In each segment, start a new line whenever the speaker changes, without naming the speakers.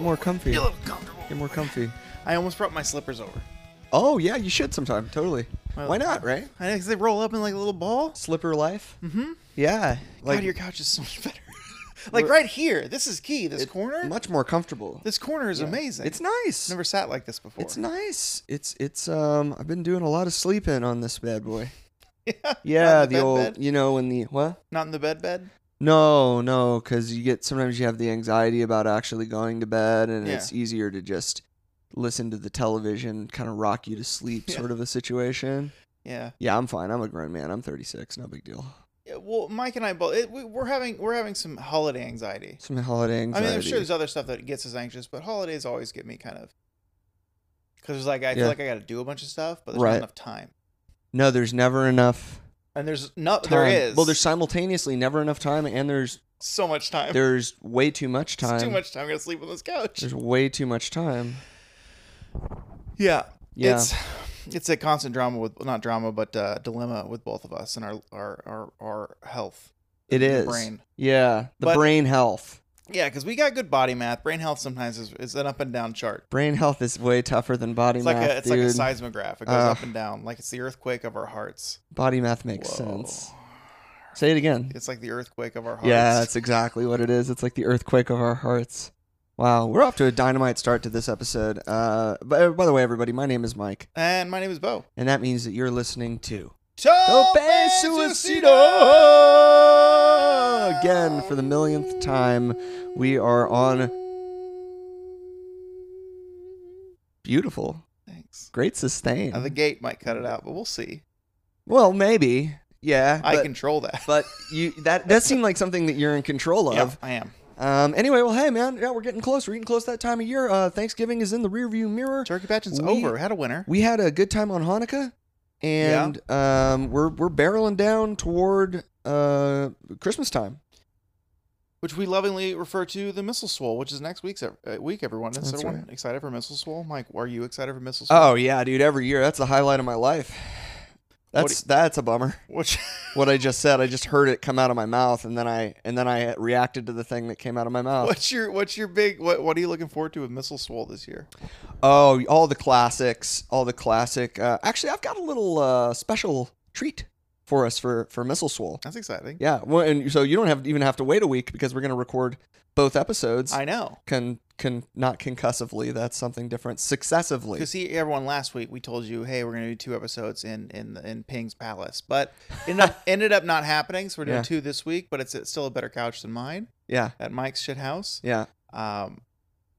more comfy.
Get a
Get
little comfortable.
more comfy.
I almost brought my slippers over.
Oh yeah, you should sometime. Totally.
Well- uh,
Why not? Right?
I think they roll up in like a little ball.
Slipper life. Mm-hmm. Yeah.
God, your couch is so much better. like right here, this is key. This corner,
much more comfortable.
this corner is amazing.
It's nice.
never sat like this before.
It's nice. It's it's um. I've been doing a lot of sleeping on this bad boy.
yeah,
Yeah, the,
not in bed
old.
bed?
You know when the what?
not in the bed bed.
No, no, because you get sometimes you have the anxiety about actually going to bed, and
Yeah.
it's easier to just listen to the television, kind of rock you to sleep,
Yeah.
sort of a situation.
Yeah.
Yeah, I'm fine. I'm a grown man. I'm 36. No big deal.
Yeah, Well, Mike and I both it, we, we're having we're having some holiday anxiety.
Some holiday anxiety.
I mean, I'm sure there's other stuff that gets us anxious, but holidays always get me kind of because there's like I
Yeah.
feel like I got to do a bunch of stuff, but there's
Right.
not enough time.
no, there's never enough.
And there's not
Time.
Oh, there is
Well, there's simultaneously never enough time, and there's
so much time.
there's way too much time.
It's too much time. I'm gonna sleep on this couch.
There's way too much time.
Yeah.
Yeah.
It's it's a constant drama with not drama but uh, dilemma with both of us and our our our, our health.
It
the
is.
brain.
Yeah, the
But-
brain health.
Yeah, because we got good body math. Brain health sometimes is, is an up and down chart.
Brain health is way tougher than body
It's
math,
like a it's
dude.
like a seismograph. It goes
Ugh.
up and down. Like it's the earthquake of our hearts.
body math makes
Whoa.
sense. Say it again.
It's like the earthquake of our hearts.
Yeah, that's exactly what it is. It's like the earthquake of our hearts. Wow, we're off to a dynamite start to this episode. Uh, but by the way, everybody, my name is Mike,
And my name is Bo.
and that means that you're listening to
Tope
Tope Suicida! Again, for the millionth time, we are on. Beautiful.
Thanks.
Great sustain.
Now the gate might cut it out, but we'll see.
Well, maybe. Yeah.
I
but,
control that.
But you that that seemed like something that you're in control
yeah,
of.
I am.
Um. Anyway, well, hey, man. Yeah, we're getting close. We're getting close to that time of year. Uh, Thanksgiving is in the rearview mirror.
Turkey Patchin's
We-
over. We had a winner.
We had a good time on Hanukkah, and um, we're we're barreling down toward uh Christmas time.
which we lovingly refer to the missile swole, which is next week's ev- uh, week. Everyone, is
That's
everyone excited for missile swole? Mike, are you excited for missile swole?
Oh yeah, dude. Every year, that's the highlight of my life. That's that's a bummer.
Which
What I just said, I just heard it come out of my mouth, and then I and then I reacted to the thing that came out of my mouth.
what's your what's your big what what are you looking forward to with missile swole this year?
Oh, all the classics, all the classic. Uh, actually, I've got a little uh, special treat for us for for Missile Swole.
That's exciting.
Yeah, well, and so you don't have even have to wait a week because we're going to record both episodes.
I know
can can not concussively. That's something different. Successively.
because see everyone last week we told you hey we're gonna do two episodes in in in Ping's palace, but ended up, ended up not happening. So we're doing
Yeah.
two this week, but it's, it's still a better couch than mine
Yeah,
at Mike's shit house.
yeah.
Um,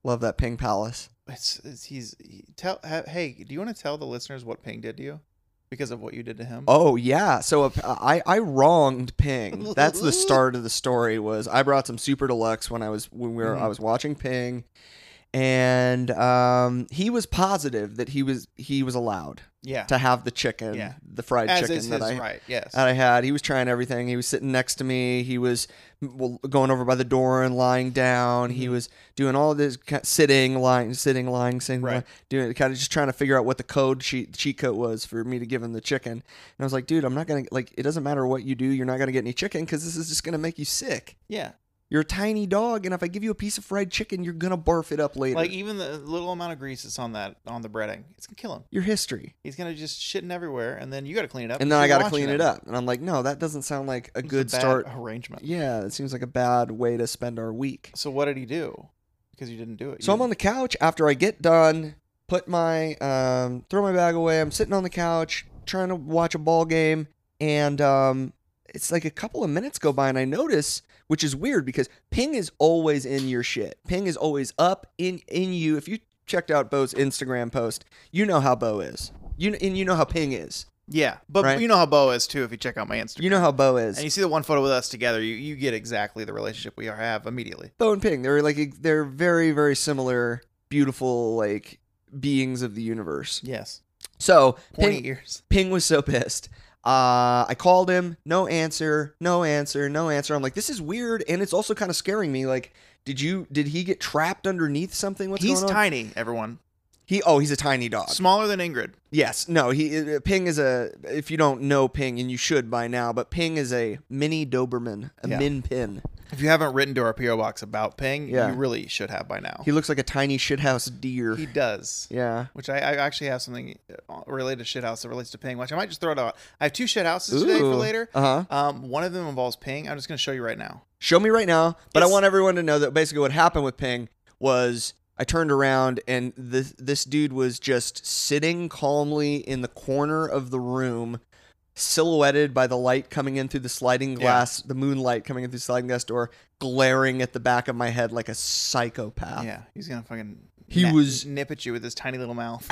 Love that Ping Palace.
it's, it's he's he, tell ha, hey do you want to tell the listeners what Ping did to you because of what you did to him?
Oh yeah. So uh, I I wronged Ping. That's the start of the story. Was I brought some super deluxe when I was when we were I
Mhm.
was watching Ping, and um, he was positive that he was he was allowed
yeah.
to have the chicken,
Yeah.
the fried
As
chicken
is
that
his
I
right. Yes.
that I had. Uh, He was trying everything. He was sitting next to me. He was well, going over by the door and lying down. He
Mhm.
was doing all this ki- sitting, lying, sitting, lying, sitting,
Right.
lying, doing kind of just trying to figure out what the code sheet cheat code was for me to give him the chicken. And I was like, dude, I'm not gonna like. It doesn't matter what you do. You're not gonna get any chicken because this is just gonna make you sick.
yeah.
You're a tiny dog, and if I give you a piece of fried chicken, you're gonna barf it up later.
Like even the little amount of grease that's on that on the breading, it's gonna kill him.
your history.
He's gonna just shitting everywhere, and then you gotta clean it up.
And
'cause
then I
you're
gotta
watching
clean
him.
it up. And I'm like, no, that doesn't sound like a
It's
good
bad
start.
arrangement.
Yeah, it seems like a bad way to spend our week.
So what did he do? Because you didn't do it.
So I'm on the couch after I get done, put my um, throw my bag away. I'm sitting on the couch trying to watch a ball game, and um, it's like a couple of minutes go by, and I notice, which is weird because Ping is always in your shit. Ping is always up in in you. If you checked out Bo's Instagram post, you know how Bo is. You and you know how Ping is.
yeah, but
Right.
you know how Bo is too. If you check out my Instagram,
You know how Bo is.
and you see the one photo with us together, you you get exactly the relationship we are have immediately.
Bo and Ping, they're like they're very very similar, beautiful like beings of the universe.
Yes,
So
pointy
Ping,
ears.
Ping was so pissed. Uh, I called him, no answer, no answer, no answer. I'm like, this is weird, and it's also kind of scaring me. Like, did you did he get trapped underneath something? What's
he's
going on?
tiny. Everyone
He oh, he's a tiny dog.
smaller than Ingrid.
Yes, no, he uh, Ping is a if you don't know Ping and you should by now, but Ping is a mini Doberman, a
Yeah.
min pin.
If you haven't written to our PO box about Ping,
Yeah.
you really should have by now.
He looks like a tiny shithouse deer.
He does.
yeah.
Which I, I actually have something uh, related to shit house that relates to Ping, which I might just throw it out. I have two shit houses today for later.
Uh huh.
Um, one of them involves Ping. I'm just going to show you right now.
Show me right now. But I
It's-
want everyone to know that basically what happened with Ping was I turned around and this this dude was just sitting calmly in the corner of the room, silhouetted by the light coming in through the sliding glass, the moonlight coming in through the sliding glass door, glaring at the back of my head like a psychopath.
yeah, he's going to fucking
Ah. He
na-
was-
nip at you with his tiny little mouth.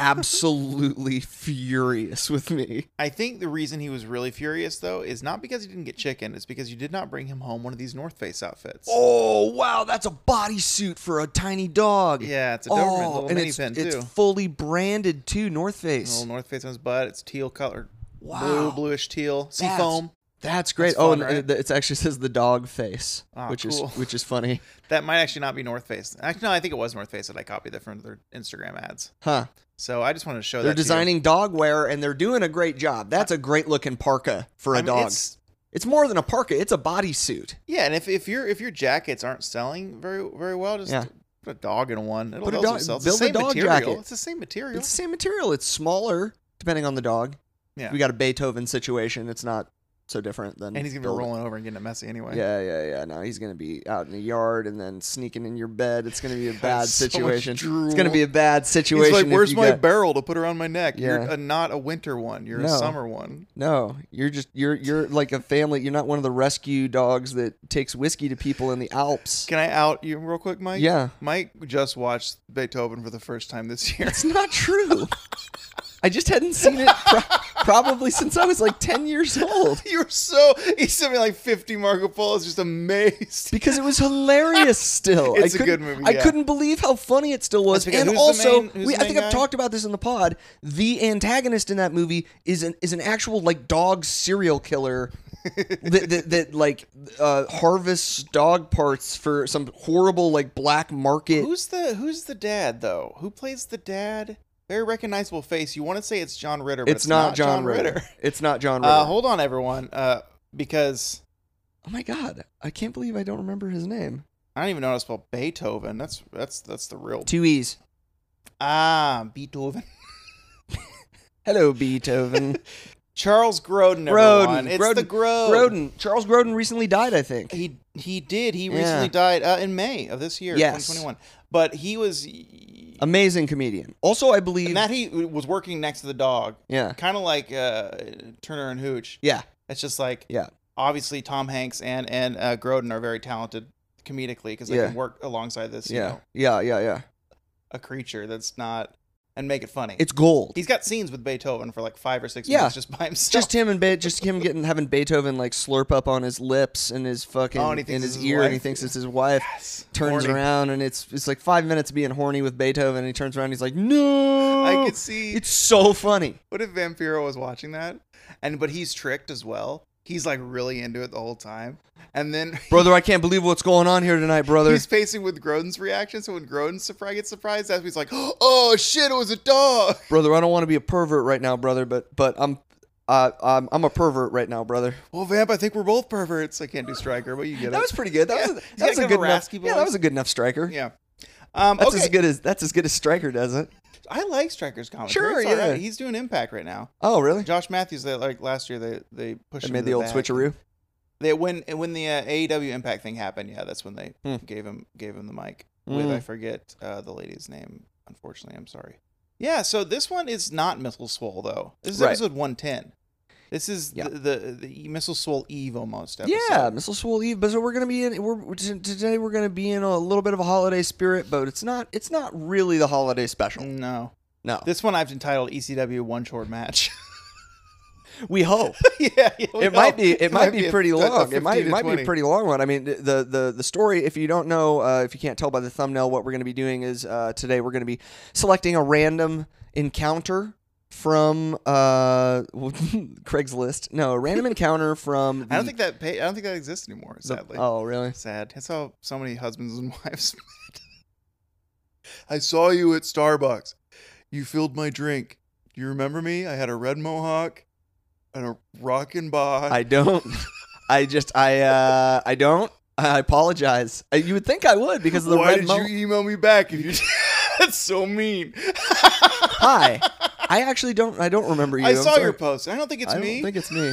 Absolutely furious with me.
I think the reason he was really furious though is not because he didn't get chicken, it's because you did not bring him home one of these North Face outfits.
Oh wow, that's a bodysuit for a tiny dog. Oh,
Yeah, it's a Doberman little
and
mini
it's,
pin
it's
too.
fully branded too, North Face.
little North Face on his butt. It's teal colored,
Wow.
blue, bluish teal, sea
That's-
foam.
That's great.
That's
oh,
fun,
and
right?
it, it actually says the dog face,
Ah,
which
cool.
is which is funny,
That might actually not be North Face. Actually, no, I think it was North Face that I copied that from their Instagram ads.
huh?
So I just wanted to show
They're
that to you.
designing dog wear, and they're doing a great job. That's a great looking parka for a
I mean,
dog. It's,
it's-
more than a parka; it's a bodysuit.
yeah, and if, if your if your jackets aren't selling very very well, just
Yeah.
put a dog in one. It'll
Put a
sell
dog-
itself.
build a
it's the same
dog
material.
jacket.
It's the same material.
It's the same material. It's smaller depending on the dog.
Yeah.
we got a Beethoven situation. It's not so different than
and he's gonna be
building-
rolling over and getting it messy anyway.
Yeah, yeah, yeah. No, he's gonna be out in the yard and then sneaking in your bed. It's gonna be a bad
so much
situation. it's
drool.
gonna be a bad situation.
He's like,
if
"Where's
you
my
got-
barrel to put around my neck? You're
Yeah.
a, not a winter one. You're
No.
a summer one."
No, you're just you're you're like a family. You're not one of the rescue dogs that takes whiskey to people in the Alps.
Can I out you real quick, Mike?
Yeah,
Mike just watched Beethoven for the first time this year.
it's not true. I just hadn't seen it pro- probably since I was like ten years old
You're so he sent me like 50 Marco Polo's, just amazed.
because it was hilarious. Still,
It's
I
a
couldn't-
good movie,
I
yeah.
couldn't believe how funny it still was.
That's because
And
who's the
also,
main- who's
we,
the
I think
main
I've
guy?
talked about this in the pod. The antagonist in that movie is an is an actual like dog serial killer that, that, that like uh, harvests dog parts for some horrible like black market.
Who's the Who's the dad though? Who plays the dad? Very recognizable face. You want to say it's John Ritter, but
it's, not, John, Ritter.
Ritter.
It's not John Ritter.
Uh, hold on, everyone, uh, because
oh my god, I can't believe I don't remember his name.
I don't even know how to spell Beethoven. That's that's that's the real
Two E's.
ah Beethoven.
Hello, Beethoven.
Charles Grodin.
Grodin.
everyone. It's
Grodin.
the Grod.
Grodin. Charles Grodin recently died, I think.
He he did. He
Yeah.
recently died uh, in May of this year,
Yes. Uh,
2021. But he was
Amazing comedian. Also, I believe.
and that he was working next to the dog,
yeah.
kind of like uh, Turner and Hooch.
Yeah.
It's just like
Yeah.
obviously Tom Hanks and and uh, Grodin are very talented comedically because they
Yeah.
can work alongside this, you
Yeah.
know,
Yeah. Yeah. Yeah.
a creature that's not and make it funny.
It's gold.
He's got scenes with Beethoven for like five or six
Yeah.
minutes just by himself.
just him and Be- just him getting having Beethoven like slurp up on his lips and his fucking
Oh, and he
in
thinks
his,
it's his
ear and he
wife.
thinks it's his wife.
Yes.
Turns
Horny.
around and it's it's like five minutes of being horny with Beethoven and he turns around and he's like, No
I could see
It's so funny.
What if Vampiro was watching that? And but he's tricked as well. He's like really into it the whole time. And then
Brother, I can't believe what's going on here tonight, brother.
he's facing with Groden's reaction. So when Groden surpri- gets surprised, that's when he's like, "Oh shit, it was a dog."
brother, I don't want to be a pervert right now, brother, but but I'm uh, I'm, I'm a pervert right now, brother.
Well, Vamp, I think we're both perverts. I can't do Striker, but you get
That
it.
was pretty good. That
Yeah.
was
He's
that
got
was a
kind
good
of a
enough.
raspy
Yeah, that
voice.
was a good enough striker.
yeah. Um,
That's
okay.
as good as that's as good as striker does it.
I like Striker's commentary.
Sure,
It's all
yeah.
right. He's doing Impact right now.
Oh, really?
Josh Matthews, they, like last year, they they pushed
I
him
made
to
the old
back.
switcheroo.
They when when the uh, AEW Impact thing happened, yeah, that's when they
Hmm.
gave him gave him the mic with
Mm.
I forget uh, the lady's name. Unfortunately, I'm sorry. Yeah, so this one is not Missile Swole though. This is
Right.
episode 110. This is
Yeah.
the, the the Missile Swole Eve almost episode.
Yeah, Missile Swole Eve. But so we're gonna be in. We're we're- t- today. We're gonna be in a little bit of a holiday spirit, but it's not. It's not really the holiday special.
No,
No,
this one I've entitled ECW One Short Match.
we hope
yeah, yeah, we
it might
know.
be. It might be
a-
pretty
a- a
long. It
15
might
to
it might be
20.
a pretty long one. I mean, th- the the the story. If you don't know, uh, if you can't tell by the thumbnail, what we're gonna be doing is uh, today we're gonna be selecting a random encounter from uh Craigslist. No, a random encounter from.
I don't
the-
think that pay, I don't think that exists anymore.
the-
Sadly,
Oh, really?
Sad. That's how so many husbands and wives met. I saw you at Starbucks. You filled my drink. Do you remember me? I had a red mohawk and a rockin' bod.
I don't. I just I uh I don't. I apologize. Uh, You would think I would because of the
Why
red
did
mo-
you e- email me back? If you that's so mean.
Hi. I actually don't. I don't remember you.
I
I'm
saw
sorry.
your post. I don't think it's
I don't
me.
think it's me.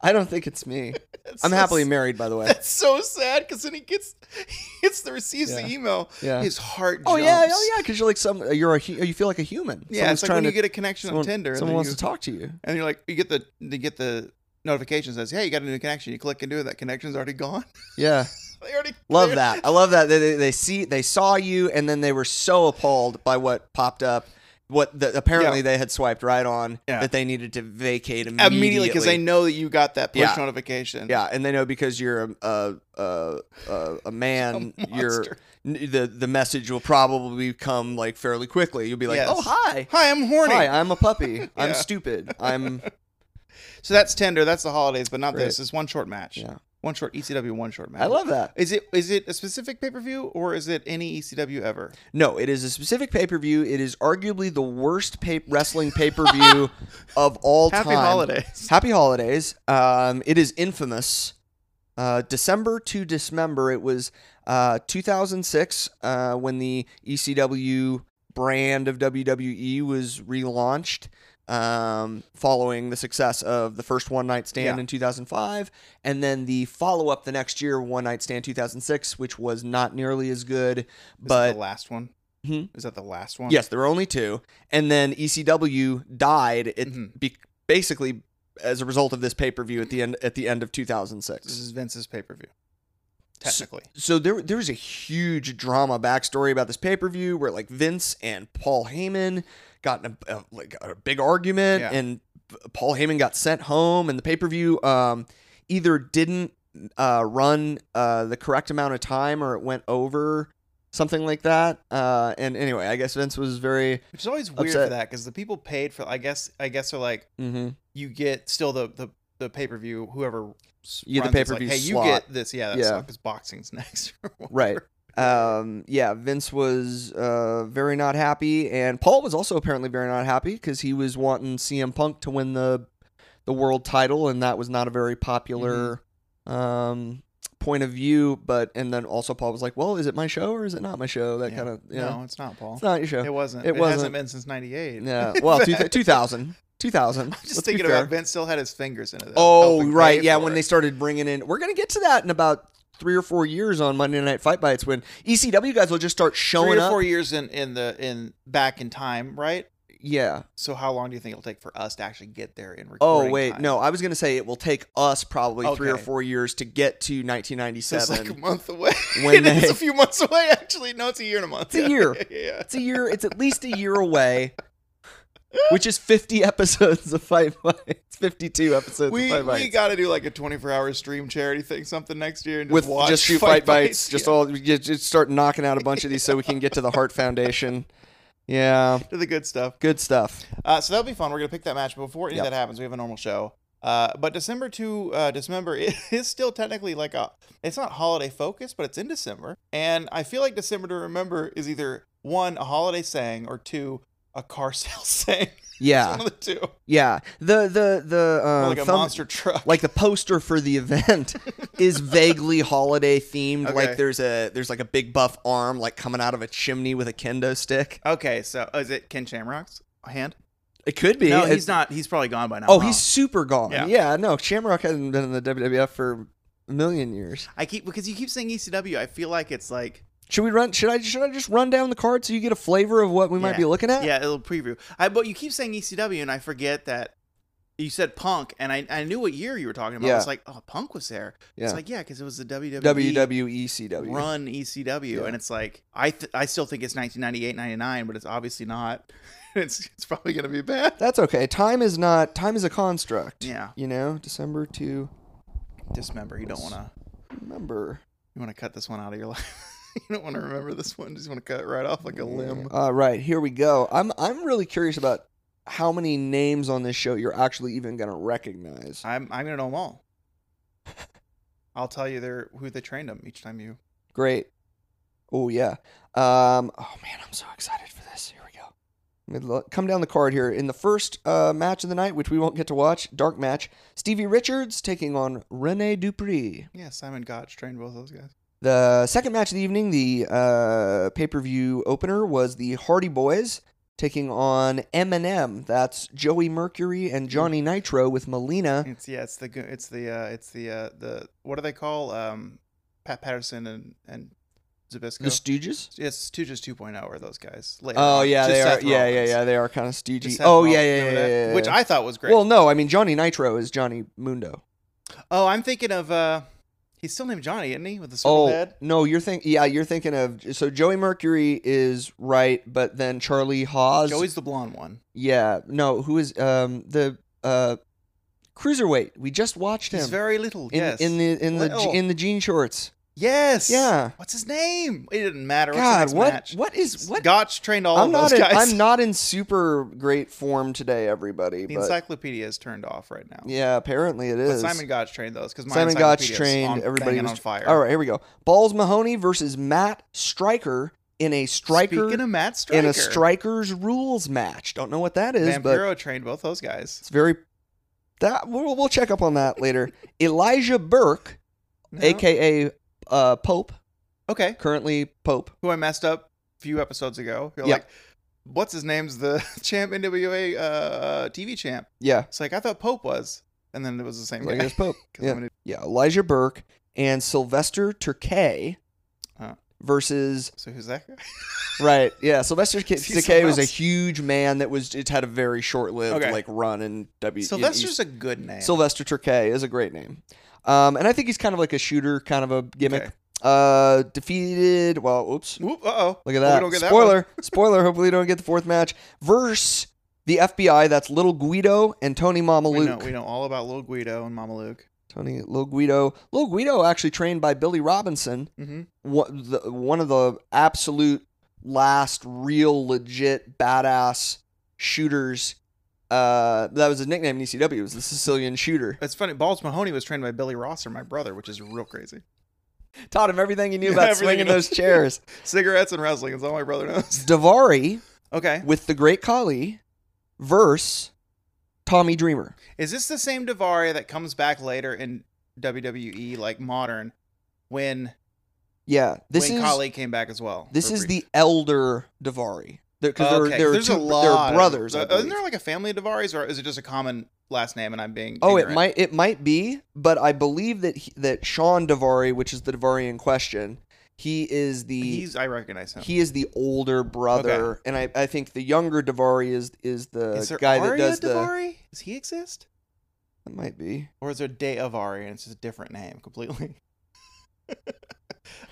I don't think it's me.
That's
I'm
so
happily
s-
married, by the way.
That's so sad because then he gets he gets the receives
Yeah.
the email.
Yeah.
His heart.
Oh yeah,
jumps.
oh yeah, because you're like some. You're a. hu- You feel like a human.
Yeah,
Someone's
it's like
trying
when
to,
you get a connection
someone,
on Tinder, and
Someone
then
wants
you,
to talk to you.
and you're like, you get the you get the notification that says, "Hey, you got a new connection." You click into it, that connection's already gone.
Yeah,
they already
love
they-
that. I love that. They, they, they see, they saw you, and then they were so appalled by what popped up. What the, apparently
Yeah.
they had swiped right on
Yeah.
that they needed to vacate immediately.
immediately because they know that you got that push
Yeah.
notification.
Yeah, and they know because you're a a a, a man,
A
you're
monster.
n- the the message will probably come like fairly quickly. You'll be like,
Yes.
"Oh, hi.
Hi, I'm horny.
Hi, I'm a puppy. I'm
Yeah.
stupid. I'm
So that's Tinder. That's the holidays, but not
Great.
this. It's one short match.
yeah.
One short ECW. One short match.
I love that.
Is it is it a specific pay per view or is it any ECW ever?
No, it is a specific pay-per-view. It is arguably the worst pay- wrestling pay-per-view of all
Happy
time.
holidays.
Happy holidays. Um, it is infamous. Uh, December to Dismember. It was uh, 2006 uh, when the ECW brand of WWE was relaunched um, following the success of the first One Night Stand
Yeah.
in 2005, and then the follow up the next year, One Night Stand 2006, which was not nearly as good.
Is that
But
the last one?
Hmm?
Is that the last one?
yes, there were only two, and then ECW died. It
Mhm.
be- basically as a result of this pay per view at the end at the end of
This
2006.
is Vince's pay per view. Technically.
so there there was a huge drama backstory about this pay per view where like Vince and Paul Heyman got in a, a like a big argument,
Yeah.
and Paul Heyman got sent home, and the pay per view um, either didn't uh, run uh, the correct amount of time or it went over. Something like that, uh, and anyway, I guess Vince was very.
Which is always weird
Upset.
for that because the people paid for I guess I guess they're like
Mm-hmm.
you get still the the, the pay per view whoever s-
You get the
runs it's like,
pay-per-view
hey you
slot."
get this yeah that's
Yeah.
because boxing's next or
Right.
whatever.
um, yeah, Vince was uh, very not happy, and Paul was also apparently very not happy because he was wanting CM Punk to win the the world title, and that was not a very popular
Mm-hmm.
um, point of view. But and then also Paul was like, "Well, is it my show or is it not my show?" That
Yeah.
kind of you know,
no it's not Paul
it's not your show.
it wasn't
It
it,
wasn't.
hasn't been since '98
yeah, well, two, 2000, 2000.
I'm just
let's be
thinking
fair.
about Vince still had his fingers in it
Oh,
helping
right.
pay
Yeah,
for
when
it.
they started bringing in, we're gonna get to that in about three or four years on Monday Night Fight Bites when ECW guys will just start showing
three or
up.
four years in in the in back in time right
Yeah.
so how long do you think it'll take for us to actually get there in
Oh
recording
wait,
time?
no, I was gonna say it will take us probably three or
Okay.
four years to get to
so
1997.
it's like a month away
When
It is
they-
a few months away actually no it's a year and a month
It's a year.
yeah, yeah, yeah.
it's a year. It's at least a year away, which is 50 episodes of Fight Fight. It's 52 episodes
we,
of Fight
we
Bites.
got to do like a 24 hour stream charity thing something next year and just
with
watch
just shoot fight, bites, just
Yeah.
all just, just start knocking out a bunch of these so we can get to the Heart Foundation. Yeah,
do the good stuff
good stuff.
uh, so that'll be fun we're gonna pick that match but before any
Yep.
of that happens we have a normal show uh, but December to uh, December i- is still technically like a it's not holiday focused but it's in December and I feel like December to remember is either one a holiday saying or two a car sale saying It's
Yeah,
one of the two
yeah. The the the
Or
uh,
like a
thumb-
monster truck
like the poster for the event is vaguely holiday themed.
Okay.
Like there's a there's like a big buff arm like coming out of a chimney with a kendo stick.
okay so is it Ken Shamrock's hand
It could be.
no
It's-
he's not he's probably gone by now
Oh,
huh?
he's super gone. Yeah.
Yeah.
no, Shamrock hasn't been in the WWF for a million years.
I keep because you keep saying ECW. I feel like it's like
Should we run? Should I? Should I just run down the card so you get a flavor of what we might be looking at?
yeah, it'll preview. I but you keep saying ECW, and I forget that you said Punk, and I, I knew what year you were talking about.
Yeah.
It's like oh, Punk was there.
Yeah. E
It's like yeah, E. because it was the WWE,
WWE CW.
E run ECW,
Yeah.
and it's like I th- I still think it's 1998, 99, but it's obviously not. it's it's probably gonna be bad.
That's okay. Time is not. Time is a construct.
Yeah,
You know, December to
dismember. You don't wanna
remember.
you wanna cut this one out of your life. you don't wanna remember this one. Just wanna cut it right off like a limb.
All right, here we go. I'm I'm really curious about how many names on this show you're actually even gonna recognize.
I'm I'm gonna know them all. I'll tell you their who they trained them each time you.
Great. Oh yeah. Um. Oh man, I'm so excited for this. Here we go. Come down the card here. In the first uh, match of the night, which we won't get to watch, dark match, Stevie Richards taking on Rene Dupree.
Yeah, Simon Gotch trained both those guys.
The second match of the evening, the uh, pay per view opener, was the Hardy Boys taking on Eminem. That's Joey Mercury and Johnny Nitro with Melina.
It's yeah, it's the go- it's the uh, it's the uh, the what do they call um, Pat Patterson and and Zabisco?
The Stooges?
Yes, Stooges 2.0 are those guys. Later
Oh
on.
yeah,
Just
they are.
Seth
Yeah, yeah,
Rollins.
yeah. They are kind of
Just
stoogey.
Seth
Oh yeah,
Rollins,
yeah, yeah,
remember that?
yeah, yeah.
Which I thought was great.
Well, no, I mean Johnny Nitro is Johnny Mundo.
oh, I'm thinking of uh, he's still named Johnny, isn't he? With the
Oh
circle head.
no, you're thinking. Yeah, you're thinking of. So Joey Mercury is right, but then Charlie Hawes.
Joey's the blonde one.
yeah, no, who is um the uh cruiserweight? We just watched him
He's very little.
in,
yes.
in the in the
Little.
in the jean shorts.
yes.
Yeah.
What's his name? It didn't matter. What's
God,
the next
what
match?
what is what?
Gotch trained all
I'm
of
not.
those
In,
guys.
I'm not in super great form today, everybody.
the
But
encyclopedia is turned off right now.
yeah, apparently it
But
is.
Simon Gotch trained those because
Simon Gotch trained. Everybody was
on fire.
All right, here we go. Balls Mahoney versus Matt Striker in a striker
Speaking of Matt Striker,
in a strikers rules match. Don't know what that is, but
Vampiro trained both those guys.
it's very that we'll, we'll check up on that later. Elijah Burke,
No?
aka uh, Pope,
okay,
currently Pope.
who I messed up a few episodes ago. You're
Yeah.
like, what's his name's the champ NWA uh, TV champ?
Yeah,
It's like I thought Pope was, and then it was the same
like
guy.
it's Pope.
'Cause
yeah.
I'm an-
yeah, Elijah Burke and Sylvester Turkey
Oh.
versus
so who's that guy?
Right. Yeah. Sylvester K-
See
Decay was a
someone else.
huge man that was it had a very short lived
Okay.
like run in W. in
Sylvester's a good name.
East- Sylvester Turkey is a great name, um, and I think he's kind of like a shooter, kind of a gimmick.
Okay.
Uh, defeated. Well, oops.
Whoop, uh-oh.
Look at
Well, we
that.
don't get that one.
spoiler. spoiler. Hopefully, you don't get the fourth match. Verse the FBI. That's Little Guido and Tony Mamaluke.
We know, we know all about Little Guido and Mama Luke.
Tony Little Guido. Little Guido actually trained by Billy Robinson.
Mm-hmm.
one, the, one of the absolute last real legit badass shooters. Uh, that was his nickname in ECW. Was the Sicilian Shooter.
It's funny. Balls Mahoney was trained by Billy Rosser, my brother, which is real crazy.
Taught him everything he knew
Yeah,
about
everything
swinging
he
those chairs.
Cigarettes and wrestling is all my brother knows.
Davari
Okay.
with the Great Kali, verse Tommy Dreamer.
Is this the same Davari that comes back later in WWE, like modern, when
Yeah, this
when
is
Kali came back as well?
this
for a
is
brief-
the elder Davari because
Okay,
there, there are
there's
two,
a lot.
they're
of-
brothers. I
Uh, isn't
believe.
there like a family of Davaris, or is it just a common last name? And I'm being
Oh, it
ignorant?
might it might be, but I believe that he, that Sean Davari, which is the Davari in question, he is the
He's I recognize him.
he is the older brother, and I, I think the younger Davari is is the
is there
guy that
Arya
does the
Davari? Does he exist,
that might be
or is there Day Avari and it's just a different name completely? okay.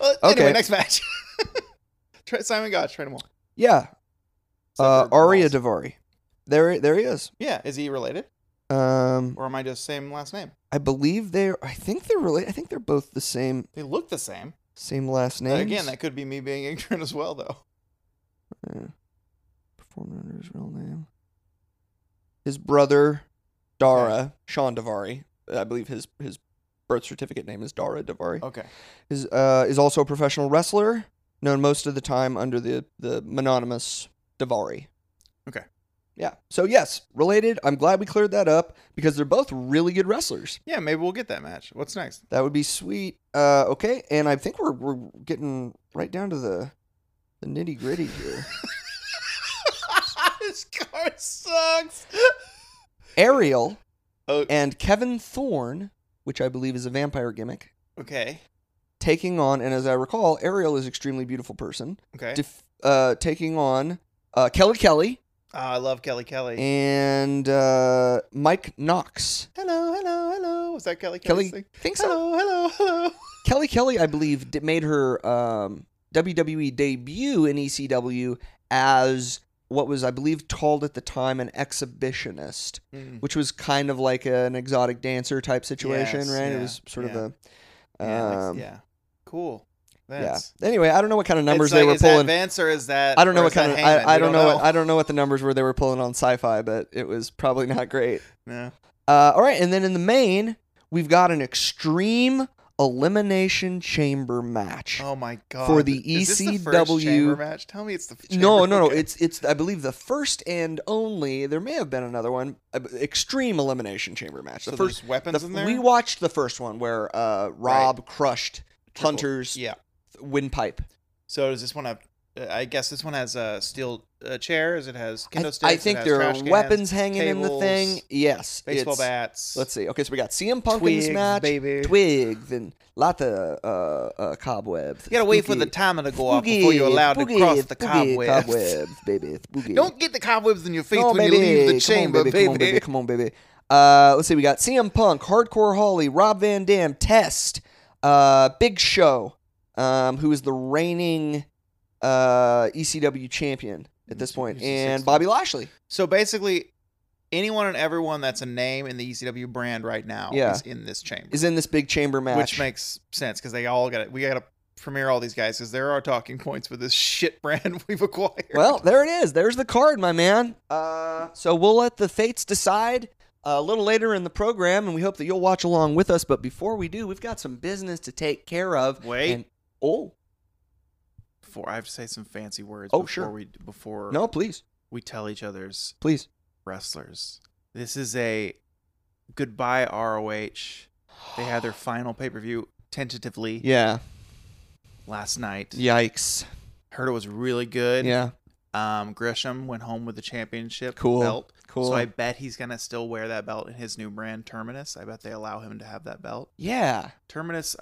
Okay.
Anyway, next match. Try, Simon Gotch, train him all.
yeah uh,
Except for
Arya
Balls.
Davari. There there he is.
Yeah, is he related,
Um,
or am I just same last name?
I believe they're I think they're really I think they're both the same
They look the same.
same last
Uh,
name.
Again, that could be me being ignorant as well, though.
Yeah. Performer under his real name. His brother, Dara Sean Davari. I believe his his birth certificate name is Dara Davari.
Okay.
Is uh is also a professional wrestler, known most of the time under the the mononymous Davari.
Okay.
Yeah. So yes, related. I'm glad we cleared that up because they're both really good wrestlers.
Yeah, maybe we'll get that match. What's next?
That would be sweet. Uh, okay, and I think we're we're getting right down to the the nitty gritty here.
this card sucks.
Ariel
Oh,
and Kevin Thorne, which I believe is a vampire gimmick,
okay.
taking on, and as I recall, Ariel is extremely beautiful person,
Okay.
def- uh, taking on uh, Kelly Kelly
Oh, I love Kelly Kelly.
and uh, Mike Knox.
hello, hello, hello. Was that Kelly
Kelly,
Kelly's thing?
think so.
Hello, hello, hello.
Kelly Kelly, I believe, d- made her um, WWE debut in ECW as what was, I believe, called at the time an exhibitionist.
Mm.
which was kind of like an exotic dancer type situation,
Yes,
right? It
yeah,
was sort
yeah.
of a,
Yeah, makes-
um, yeah,
yeah. Cool. That's
Anyway, I don't know what kind of numbers
It's like,
they were
is that
pulling.
Vince or is that?
I don't know
or
what
is that
kind of
Heyman?
I, I
We
don't know, What, I don't know what the numbers were they were pulling on sci-fi, but it was probably not great.
No.
Uh, all right, and then in the main, we've got an extreme elimination chamber match.
Oh my god.
For the
Is this the first
ECW
chamber match? Tell me it's the f- chamber.
no, no, no.
okay.
It's it's I believe the first and only. There may have been another one. uh, Extreme elimination chamber match. The
so
first
there's weapons
the-
in there.
we watched the first one where uh, Rob crushed
Triple-
Hunter's
Yeah.
windpipe.
So does this one have? uh, I guess this one has uh, steel uh, chairs. It has
I,
kendo sticks.
I
it
think
has
there
trash
are
cans,
weapons hanging in the thing.
tables,
Yes,
baseball
it's-
bats.
Let's see. Okay, so we got CM Punk in
twigs,
this match.
baby.
Twigs and lot of uh, uh, cobwebs.
You gotta wait for the
Spooky.
timer to go off before you're
Spooky,
allowed to
spooky,
cross the
spooky
cobwebs.
cobwebs, baby. Spooky.
Don't get the cobwebs in your face
Come on,
when
baby.
you leave the
Come
chamber,
on, baby. Come on, baby. Come on, baby. Uh, let's see. We got CM Punk, Hardcore Holly, Rob Van Dam, Test, uh, Big Show, um, who is the reigning uh, ECW champion at this point,
He's the
and
sixth.
Bobby Lashley.
So basically, anyone and everyone that's a name in the ECW brand right now
Yeah.
is in this chamber,
is in this big chamber match.
which makes sense because they all got to We got to premiere all these guys because there are talking points with this shit brand we've acquired.
well, there it is. There's the card, my man. Uh, so we'll let the fates decide uh, a little later in the program, and we hope that you'll watch along with us. But before we do, we've got some business to take care of.
Wait.
And, oh
before I have to say some fancy words.
Oh,
before
sure.
We before
no, please,
we tell each other's
please.
wrestlers. This is a goodbye ROH. They had their final pay per view tentatively
Yeah.
last night.
Yikes.
Heard it was really good.
Yeah.
Um, Grisham went home with the championship
Cool.
belt.
Cool.
So I bet he's gonna still wear that belt in his new brand Terminus. I bet they allow him to have that belt.
yeah.
Terminus.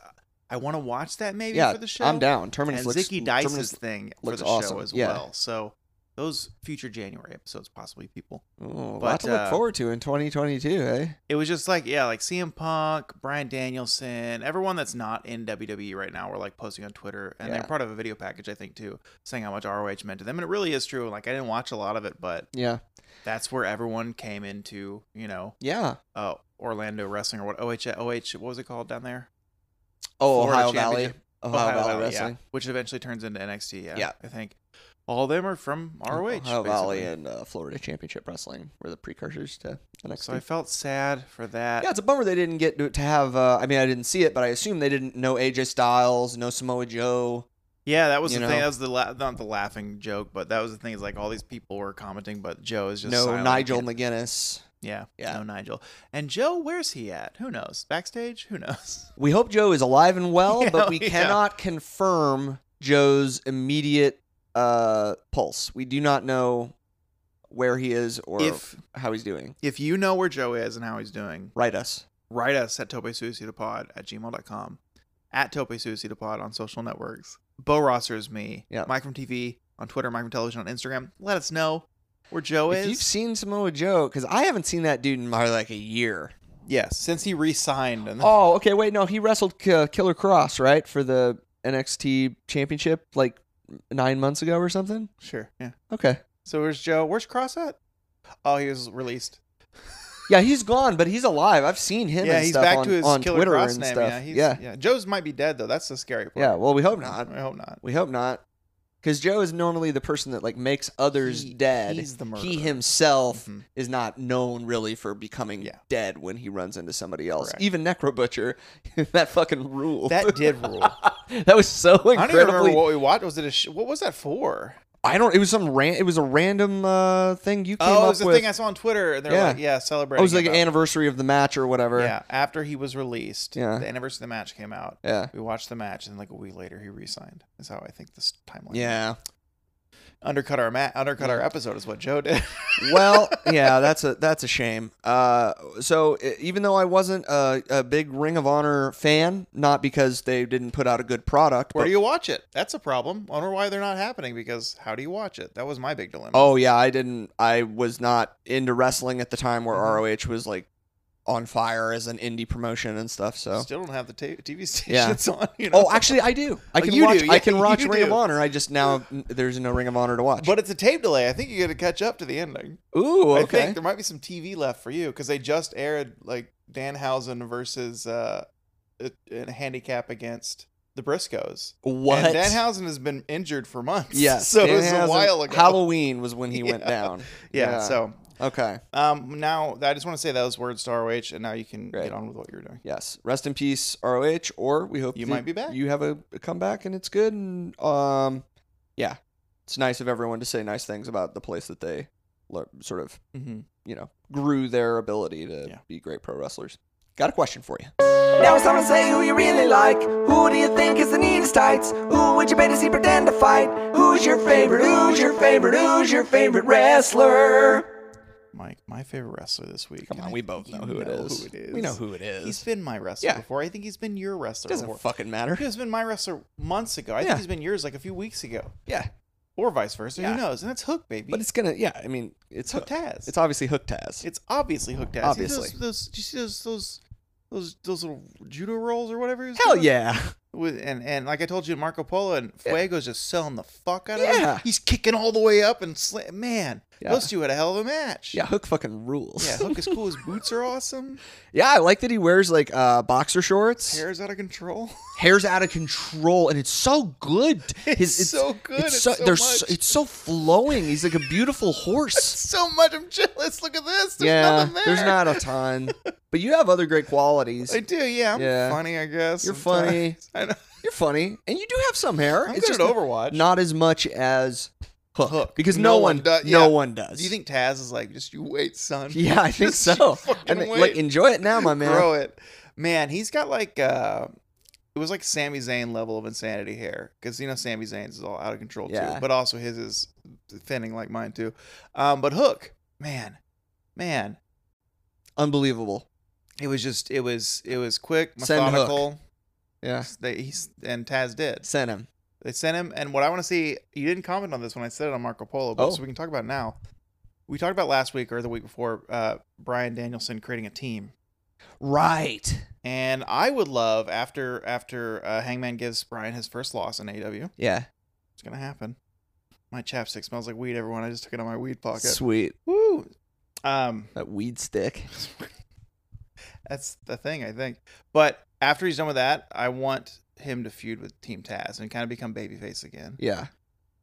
I want to watch that maybe
yeah.
for the show.
I'm down. Terminus
And
looks.
Zicky Dice's
Terminus-
thing
looks
for the
awesome.
show as
Yeah.
well. So those future January episodes possibly people.
oh, a lot
but,
to look
uh,
forward to in 2022, eh?
it was just like yeah, like CM Punk, Brian Danielson, everyone that's not in WWE right now were like posting on Twitter, and
Yeah.
they're part of a video package I think too, saying how much ROH meant to them, and it really is true. Like I didn't watch a lot of it, but
Yeah.
that's where everyone came into you know
Yeah.
uh, Orlando wrestling or what OH OH what was it called down there?
Oh,
Florida
Ohio Valley.
Championship-
Ohio, Valley,
yeah,
Wrestling.
which eventually turns into NXT. Yeah,
Yeah.
I think all of them are from ROH.
Ohio Valley
basically.
and uh, Florida Championship Wrestling were the precursors to NXT.
So I felt sad for that.
yeah, it's a bummer they didn't get to, to have. Uh, I mean, I didn't see it, but I assume they didn't know AJ Styles, no Samoa Joe.
Yeah, that was
You
the thing.
know?
That was the la- not the laughing joke, but that was the thing. Is like all these people were commenting, but Joe is just
no
silent.
Nigel
Can't-
McGuinness.
Yeah,
Yeah.
no Nigel. And Joe, where's he at? Who knows? Backstage? Who knows?
We hope Joe is alive and well,
Yeah,
but we
Oh, yeah.
cannot confirm Joe's immediate uh, pulse. We do not know where he is or
If-
how he's doing.
If you know where Joe is and how he's doing,
Write us.
write us at topesuicidapod at gmail.com, at topesuicidapod on social networks. Bo Rosser is me.
Yeah.
Mike from TV on Twitter, Mike from Television on Instagram. Let us know where Joe
If
is.
you've seen Samoa Joe, because I haven't seen that dude in my, like a year.
yes, since he re-signed. And
Oh, okay. Wait, no, he wrestled K- Killer Cross right for the NXT Championship like nine months ago or something.
sure. Yeah.
Okay.
So where's Joe? Where's Cross at? Oh, he was released.
Yeah, he's gone, but he's alive. I've seen him.
yeah,
and
he's
stuff
back
on,
to his
on
killer
Twitter
cross
and
name.
stuff.
Yeah, he's,
yeah,
yeah, Joe's might be dead though. That's the scary part.
yeah. Well, we hope not.
I hope not.
We hope not, because Joe is normally the person that like makes others
He-
dead.
He's the murderer.
he himself
Mhm.
is not known really for becoming
Yeah.
dead when he runs into somebody else.
Correct.
Even Necro Butcher, that fucking rule.
That did rule.
that was so
I don't even remember
incredibly
what we watched. Was it a sh- what was that for?
I don't. It was some ran. It was a random uh, thing you came
Oh, it
up
was the
with.
thing I saw on Twitter. And they're
Yeah.
like, yeah,
it
celebrating.
was like
about-
an anniversary of the match or whatever.
yeah. After he was released,
Yeah.
the anniversary of the match came out.
Yeah.
We watched the match, and like a week later, he re-signed. Is how I think this timeline.
Yeah.
undercut our mat, undercut our episode is what Joe did.
well, yeah. That's a that's a shame. Uh, so e- even though I wasn't a, a big Ring of Honor fan, not because they didn't put out a good product.
Where
but-
do you watch it? That's a problem. I wonder why they're not happening because how do you watch it? That was my big dilemma.
Oh yeah, I didn't. I was not into wrestling at the time
Mm-hmm.
where ROH was like on fire as an indie promotion and stuff. So.
Still don't have the ta- TV
Yeah.
stations on. You know?
Oh, actually, I do. I
Oh,
can
you
watch.
do,
I
yeah,
can watch
you
Ring of
do.
Honor. I just now there's no Ring of Honor to watch.
but it's a tape delay. I think you got to catch up to the ending.
ooh,
I think
okay.
there might be some TV left for you because they just aired like Danhausen versus uh, a, a handicap against the Briscoes.
What?
And Danhausen has been injured for months.
Yes.
so it was
Danhausen-
a while ago.
Halloween was when he went
Yeah.
down.
yeah, So
Okay.
Um, now I just want to say those words to ROH, and now you can
Right.
get on with what you're doing.
Yes. Rest in peace, ROH. Or we hope
You
that
might be back.
You have a, a comeback and it's good. And um, yeah, it's nice of everyone to say nice things about the place that they le- sort of
Mm-hmm.
you know grew their ability to
Yeah.
be great pro wrestlers. Got a question for you.
Now it's time to say who you really like. Who do you think is the neatest tights? Who would you bet to see pretend to fight? Who's your favorite? Who's your favorite? Who's your favorite wrestler?
Mike, my favorite wrestler this week.
Come
and
on,
I
we
think
both
you
know who it is.
Who it is.
We know who it
He's
is.
been my wrestler
Yeah.
before. I think he's been your wrestler
It doesn't
before.
fucking matter.
He was been my wrestler months ago. I
Yeah.
think he's been yours like a few weeks ago,
Yeah,
or vice versa.
Yeah.
Who knows? And that's Hook, baby.
but it's gonna. Yeah, I mean, it's
Hook
hooked.
Taz.
It's obviously hooked Taz.
It's obviously hooked ass. He did
Obviously.
Those, those, do you see those those those those little judo rolls or whatever? he was
Hell
doing?
yeah!
With and and like I told you, Marco Polo and
Yeah.
Fuego's just selling the fuck out of
Yeah.
him. He's kicking all the way up and sla- man,
Yeah.
those two had a hell of a match.
Yeah, Hook fucking rules.
yeah. Hook is cool. His boots are awesome.
yeah. I like that he wears like uh boxer shorts.
Hair's out of control.
hair's out of control and it's so good
It's so good and so
there's so-
much.
it's so flowing he's like a beautiful horse
so much. I'm jealous. Look at this. There's
yeah
nothing there.
there's not a ton but you have other great qualities
I do. Yeah. I'm
Yeah.
funny. I guess.
You're
sometimes. I know.
you're funny and you do have some hair
I'm
it's
good
just
at Overwatch.
not as much as hook,
Hook.
because
No
no,
one
one,
does-
no
yeah.
one does
do you think Taz is like just you wait, son?
yeah i think
Just you
so I
fucking
mean,
wait.
like enjoy it now my man
grow it. Man, he's got like uh it was like Sami Zayn level of insanity hair because you know Sami Zayn's is all out of control
Yeah.
too, but also his is thinning like mine too. Um, but Hook, man, man,
unbelievable
it was just it was it was quick,
Send Hook.
methodical.
yeah
They he's and Taz did.
send him
They sent him, and what I want to see, you didn't comment on this when I said it on Marco Polo, but
Oh.
so we can talk about it now. We talked about last week or the week before uh, Brian Danielson creating a team.
right
And I would love after after uh, Hangman gives Brian his first loss in AW.
yeah
It's gonna happen. My chapstick smells like weed. Everyone, I just took it out of my weed pocket.
sweet
Woo. Um,
that weed stick
that's the thing I think. But after he's done with that, I want him to feud with Team Taz and kind of become babyface again.
yeah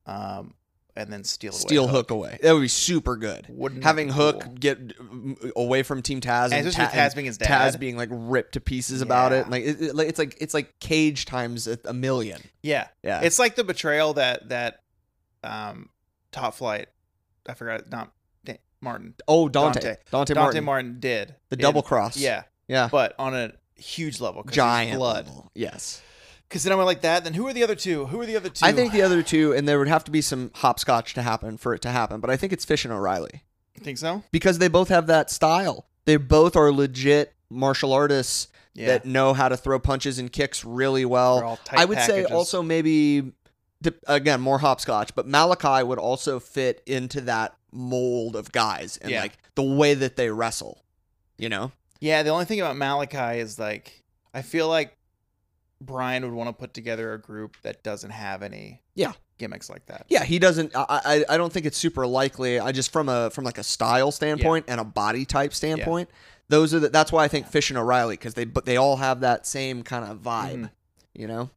Um, and then steal away
steal hook away that would be super good
Wouldn't that
having
be
Hook
cool?
get mm, away from Team Taz
and
and, Ta-
especially with Taz
and
being his
Taz,
dad.
being like ripped to pieces about
Yeah.
it. Like it, it- like- it's like it's like Cage times a, a million.
yeah,
Yeah,
it's like the betrayal that that um Top Flight. I forgot not Dan- Martin.
oh Dante
Dante.
Dante,
Dante
Martin,
Martin, did
the
In-
double cross.
Yeah,
yeah,
but on a huge level, 'cause there's
giant
blood.
level. Yes,
Because then I went like that. Then who are the other two? Who are the other two?
I think the other two, and there would have to be some hopscotch to happen for it to happen. But I think it's Fish and O'Reilly
You think so.
because they both have that style. They both are legit martial artists
Yeah,
that know how to throw punches and kicks really well.
They're all tight
I would
packages.
say also maybe dep- again more hopscotch, but Malachi would also fit into that mold of guys and
Yeah.
like the way that they wrestle. You know?
Yeah, the only thing about Malachi is like I feel like Brian would want to put together a group that doesn't have any
Yeah.
gimmicks like that.
Yeah, he doesn't. I, I I don't think it's super likely. I just from a from like a style standpoint and a body type standpoint. Those are the, that's why I think Fish and O'Reilly because they but they all have that same kind of vibe.
Mhm.
You know?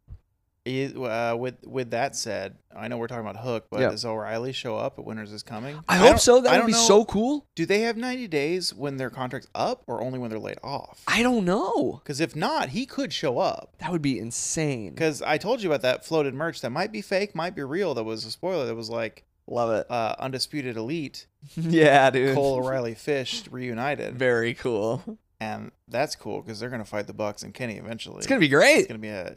Is- uh, with with that said, I know we're talking about Hook, but
Yeah.
does O'Reilly show up at Winners is Coming?
I, hope
don't-
so. That
I
would
don't
be
know-
so cool.
Do they have ninety days when their contract's up, or only when they're laid off?
I don't know.
Because if not, he could show up.
That would be insane.
Because I told you about that floated merch that might be fake, might be real. That was a spoiler. That was like
Love it.
uh, undisputed elite
yeah, dude.
Cole O'Reilly Fish reunited,
Very cool.
and that's cool because they're gonna fight the Bucks and Kenny eventually.
It's gonna be great.
It's gonna be a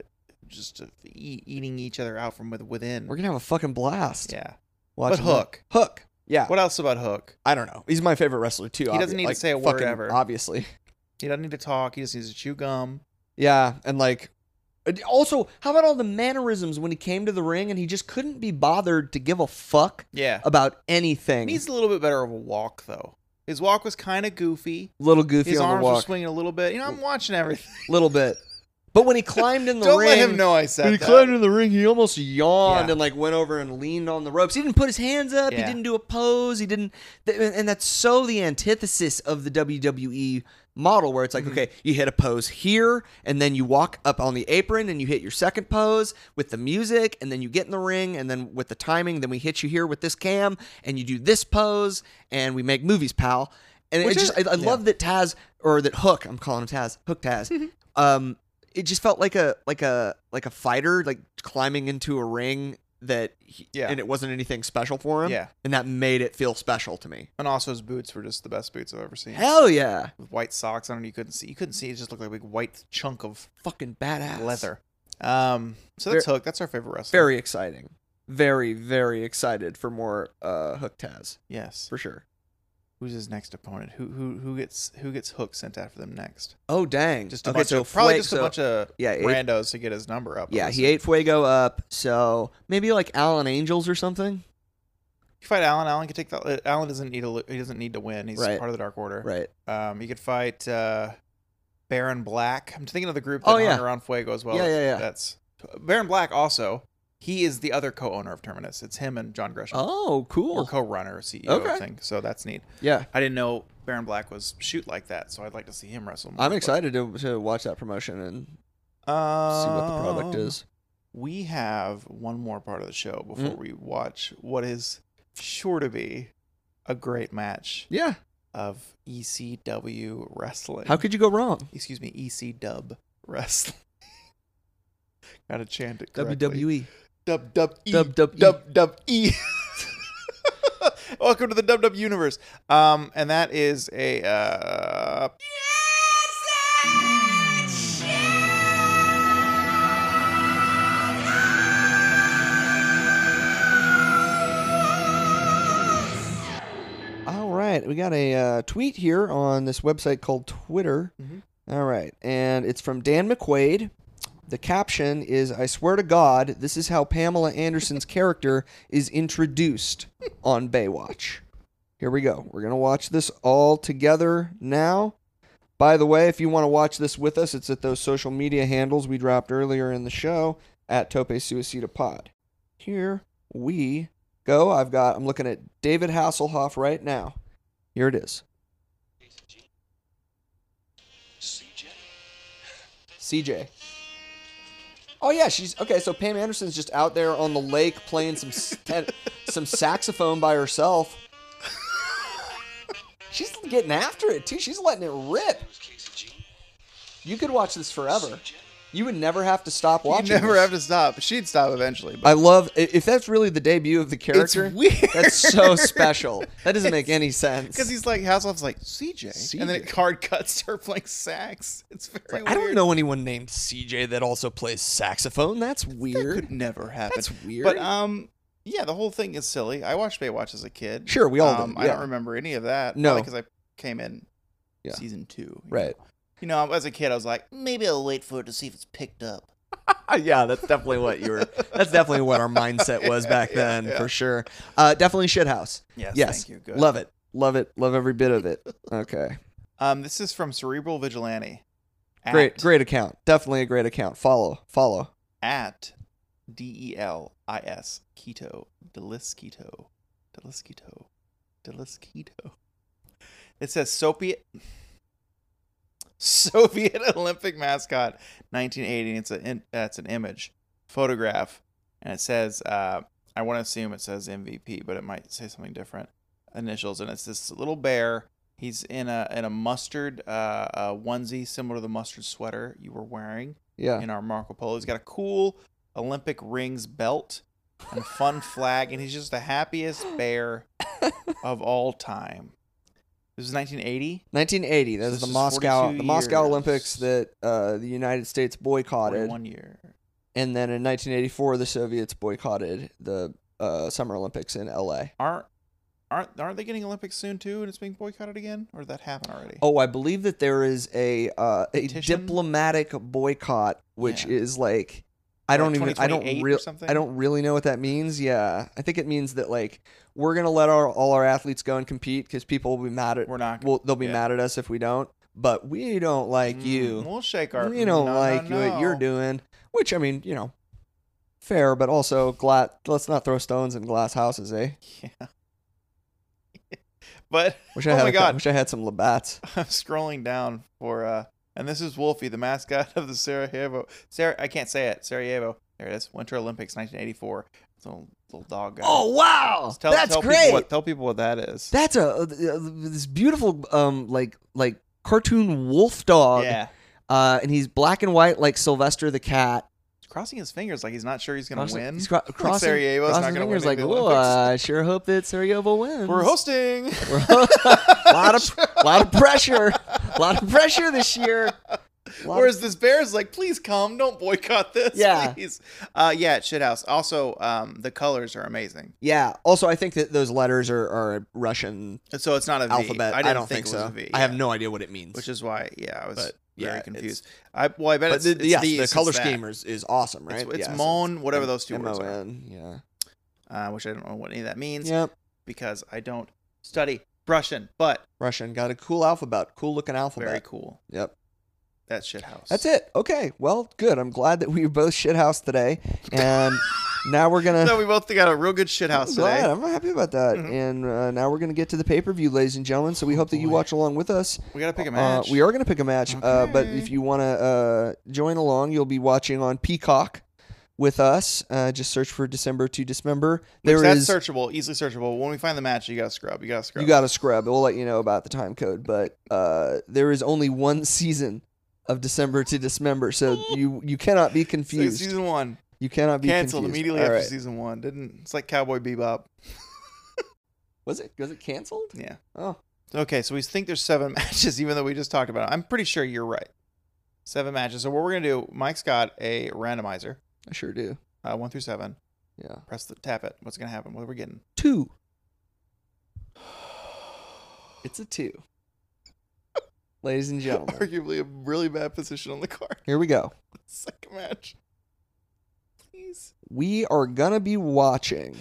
just a, e- eating each other out from with, within.
We're gonna have a fucking blast.
yeah,
watching
but Hook.
that. Hook. Yeah.
What else about Hook?
I don't know. He's my favorite wrestler too.
He doesn't
obvi-
need to
like,
say a word
fucking
ever.
Obviously.
He doesn't need to talk. He just needs to chew gum.
Yeah, and like, and also, how about all the mannerisms when he came to the ring and he just couldn't be bothered to give a fuck
Yeah,
about anything.
needs a little bit better of a walk though. His walk was kind of goofy.
little goofy
His
on the
arms were
walk,
swinging a little bit. You know, I'm watching everything.
little bit. But when he climbed in the
Don't
ring,
let him know I said
when he
that.
climbed in the ring, he almost yawned
Yeah.
and like went over and leaned on the ropes. He didn't put his hands up. He
Yeah.
didn't do a pose. He didn't, th- and that's so the antithesis of the WWE E model where it's like,
Mm-hmm.
okay, you hit a pose here, and then you walk up on the apron and you hit your second pose with the music, and then you get in the ring, and then with the timing, then we hit you here with this cam, and you do this pose, and we make movies, pal. And it
Which
just, I, I love that Taz or that Hook, I'm calling him Taz, Hook
Mm-hmm.
Taz. um, it just felt like a like a like a fighter like climbing into a ring that he,
Yeah.
and it wasn't anything special for him
Yeah.
and that made it feel special to me
And also his boots were just the best boots I've ever seen.
hell yeah
With white socks on, and you couldn't see. You couldn't see. It just looked like a big white chunk of
fucking badass
leather. Um, so that's Hook. That's our favorite wrestler.
very exciting very very excited for more uh hook taz
Yes.
for sure
Who's his next opponent? Who who who gets who gets Hook sent after them next?
oh dang
Just a
Okay,
bunch
so
of probably
Fue-
just a
so-
bunch of
yeah it-
randos to get his number up.
yeah
He
he ate fuego up so maybe like alan angels or something
You fight Alan. Alan can take the. uh, Alan doesn't need to. lo- He doesn't need to win. He's
Right.
part of the Dark Order.
right
Um, you could fight uh, Baron Black. I'm thinking of the group that
Oh,
hung
yeah.
around Fuego as well.
Yeah, yeah, yeah.
That's Baron Black. Also, he is the other co-owner of Terminus. It's him and John Gresham.
oh
Or
cool
co-runner, E CEO
Okay.
thing. So that's neat.
yeah
I didn't know Baron Black was shoot like that. So I'd like to see him wrestle. more,
i'm
but-
excited to, to watch that promotion and see what the product
Um,
is Mm.
We have one more part of the show before we watch what is sure to be a great match
yeah
of ECW wrestling.
how could you go wrong
excuse me, EC Dub wrestling. Gotta chant it correctly.
wwe
Dub Dub E
E Dub, dub, E.
Dub Dub E. Welcome to the Dub Dub Universe. Um, and that is a uh,
All right, we got a uh, tweet here on this website called Twitter.
Mhm.
All right, and it's from Dan McQuaid. The caption is I swear to God, this is how Pamela Anderson's character is introduced on Baywatch. Here we go. We're going to watch this all together now. By the way, if you want to watch this with us, it's at those social media handles we dropped earlier in the show at Tope Suicida Pod. Here we go. I've got, I'm looking at David Hasselhoff right now. Here it is. CJ. Oh yeah, she's okay. So Pam Anderson's just out there on the lake playing some s- ten, some saxophone by herself. She's getting after it too. She's letting it rip. You could watch this forever. You would never have to stop
you
watching.
never
this.
have to stop. She'd stop eventually, but
I love i- if that's really the debut of the character.
it's weird.
That's so special. That doesn't make any sense.
Because he's like Hasselhoff's like CJ, and then it
CJ.
card cuts to her playing sax. It's very
Like,
weird.
I don't know anyone named CJ that also plays saxophone. That's
That
weird.
could never happen.
That's weird.
But um, yeah, the whole thing is silly. I watched Baywatch as a kid.
Sure, we all
um,
did,
I
yeah.
don't remember any of that.
No.
because I came in
Yeah.
season two. you know.
right.
You know, as a kid, I was like, maybe I'll wait for it to see if it's picked up.
Uh, yeah, that's definitely what you were. That's definitely what our mindset was back
Yeah,
then,
yeah.
for sure. Uh, definitely shithouse.
Yes.
Yes,
Thank you. Good.
love it, love it, love every bit of it. Okay,
Um, this is from Cerebral Vigilante. At,
great, great account. Definitely a great account. Follow, follow.
At D E L I S Keto Deliskito Deliskito Deliskito. It says Soviet Soviet Olympic mascot 1980. It's a in, that's an image photograph, and it says uh, I want to assume it says MVP, but it might say something different. Initials, and it's this little bear. He's in a in a mustard uh, uh, onesie similar to the mustard sweater you were wearing
Yeah,
in our Marco Polo. He's got a cool Olympic rings belt and a fun flag, and he's just the happiest bear of all time. This is 1980.
1980. That
So
is the
this is
Moscow,
42
the Moscow
years.
Olympics that uh, the United States boycotted,
One year.
and then in 1984 the Soviets boycotted the uh, Summer Olympics in L.A.
Aren't aren't aren't they getting Olympics soon too? And it's being boycotted again, or did that happen already?
Oh, I believe that there is a uh, a
Petition?
diplomatic boycott, which
Yeah.
is like I
Or
don't even I don't
2028 or
really
something?
I don't really know what that means. Yeah, I think it means that like we're gonna let our all our athletes go and compete because people will be mad at
we're not.
well they'll be
yeah.
mad at us if we don't. But we don't like
Mm,
you.
We'll shake our.
We don't
no, no,
like what you're
no.
doing. Which I mean, you know, fair, but also glass. Let's not throw stones in glass houses, eh?
Yeah. But
Wish I
Oh
had
my
a cou-
God.
wish I had some Labats.
I'm scrolling down for uh and this is Wolfie, the mascot of the Sarajevo Sarah I can't say it. Sarajevo. There it is. Winter Olympics nineteen eighty four. It's a little little dog guy.
Oh, wow,
Tell- tell People what, tell people what that is.
That's a uh, this beautiful um like like cartoon wolf dog.
yeah.
Uh, and he's black and white like Sylvester the cat.
He's crossing his fingers like he's not sure he's gonna
Crossing-
win.
He's cro- crossing,
Sarajevo's
crossing
not gonna
fingers
win
like,
the
"Whoa,
Olympics."
I sure hope that Sarajevo wins.
We're hosting
We're ho- lot of lot of pressure, lot of pressure this year. Lot of-
Whereas this bear is like, please come, don't boycott this.
Yeah.
Please. Uh yeah, shit house. Also, um the colors are amazing.
yeah. Also, I think that those letters are, are Russian
So it's not a V.
alphabet. I,
didn't
don't think,
it was
so.
a V,
I have
yeah.
no idea what it means.
which is why yeah i was
But, yeah,
very
it's-
confused i well i bet
but
it's,
the,
it's
yes,
these,
the color
it's that.
scheme is, is awesome, right?
it's, it's
Yeah, so
mon whatever those two words are
M-O-N, Yeah.
uh, which i don't know what any of that means
Yep.
because i don't study russian but
Russian got a cool alphabet, cool looking alphabet.
very cool
Yep.
that shit house
That's it. Okay. Well, good. I'm glad that we were both shithouse today, and now we're gonna.
so we both got a real good shit house
I'm glad.
today
I'm happy about that.
Mhm.
And uh, now we're going to get to the pay per view, ladies and gentlemen. So we hope that you
Oh, boy.
watch along with us.
we gotta pick a
Uh,
match
we are going to pick a match, uh, but if
Okay.
you want to uh, join along, you'll be watching on Peacock with us. Uh, just search for December to Dismember. There
Which
is
that's searchable easily searchable when we find the match you gotta scrub you gotta scrub
you got to scrub. We'll let you know about the time code, but uh, there is only one season of December to Dismember, so you you cannot be
So
confused.
season one
you cannot be
canceled
confused.
immediately
All
after
right.
season one didn't it's like cowboy bebop
Was it was it canceled?
yeah
Oh,
Okay, so we think there's seven matches, even though we just talked about it. I'm pretty sure you're right. Seven matches. So what we're gonna do? Mike's got a randomizer,
I sure do.
uh, one through seven.
Yeah,
Press the tap it. What's gonna happen? What are we getting?
two. It's a two. Ladies and gentlemen,
Arguably a really bad position on the card.
here we go.
Second match. Please.
We are gonna be watching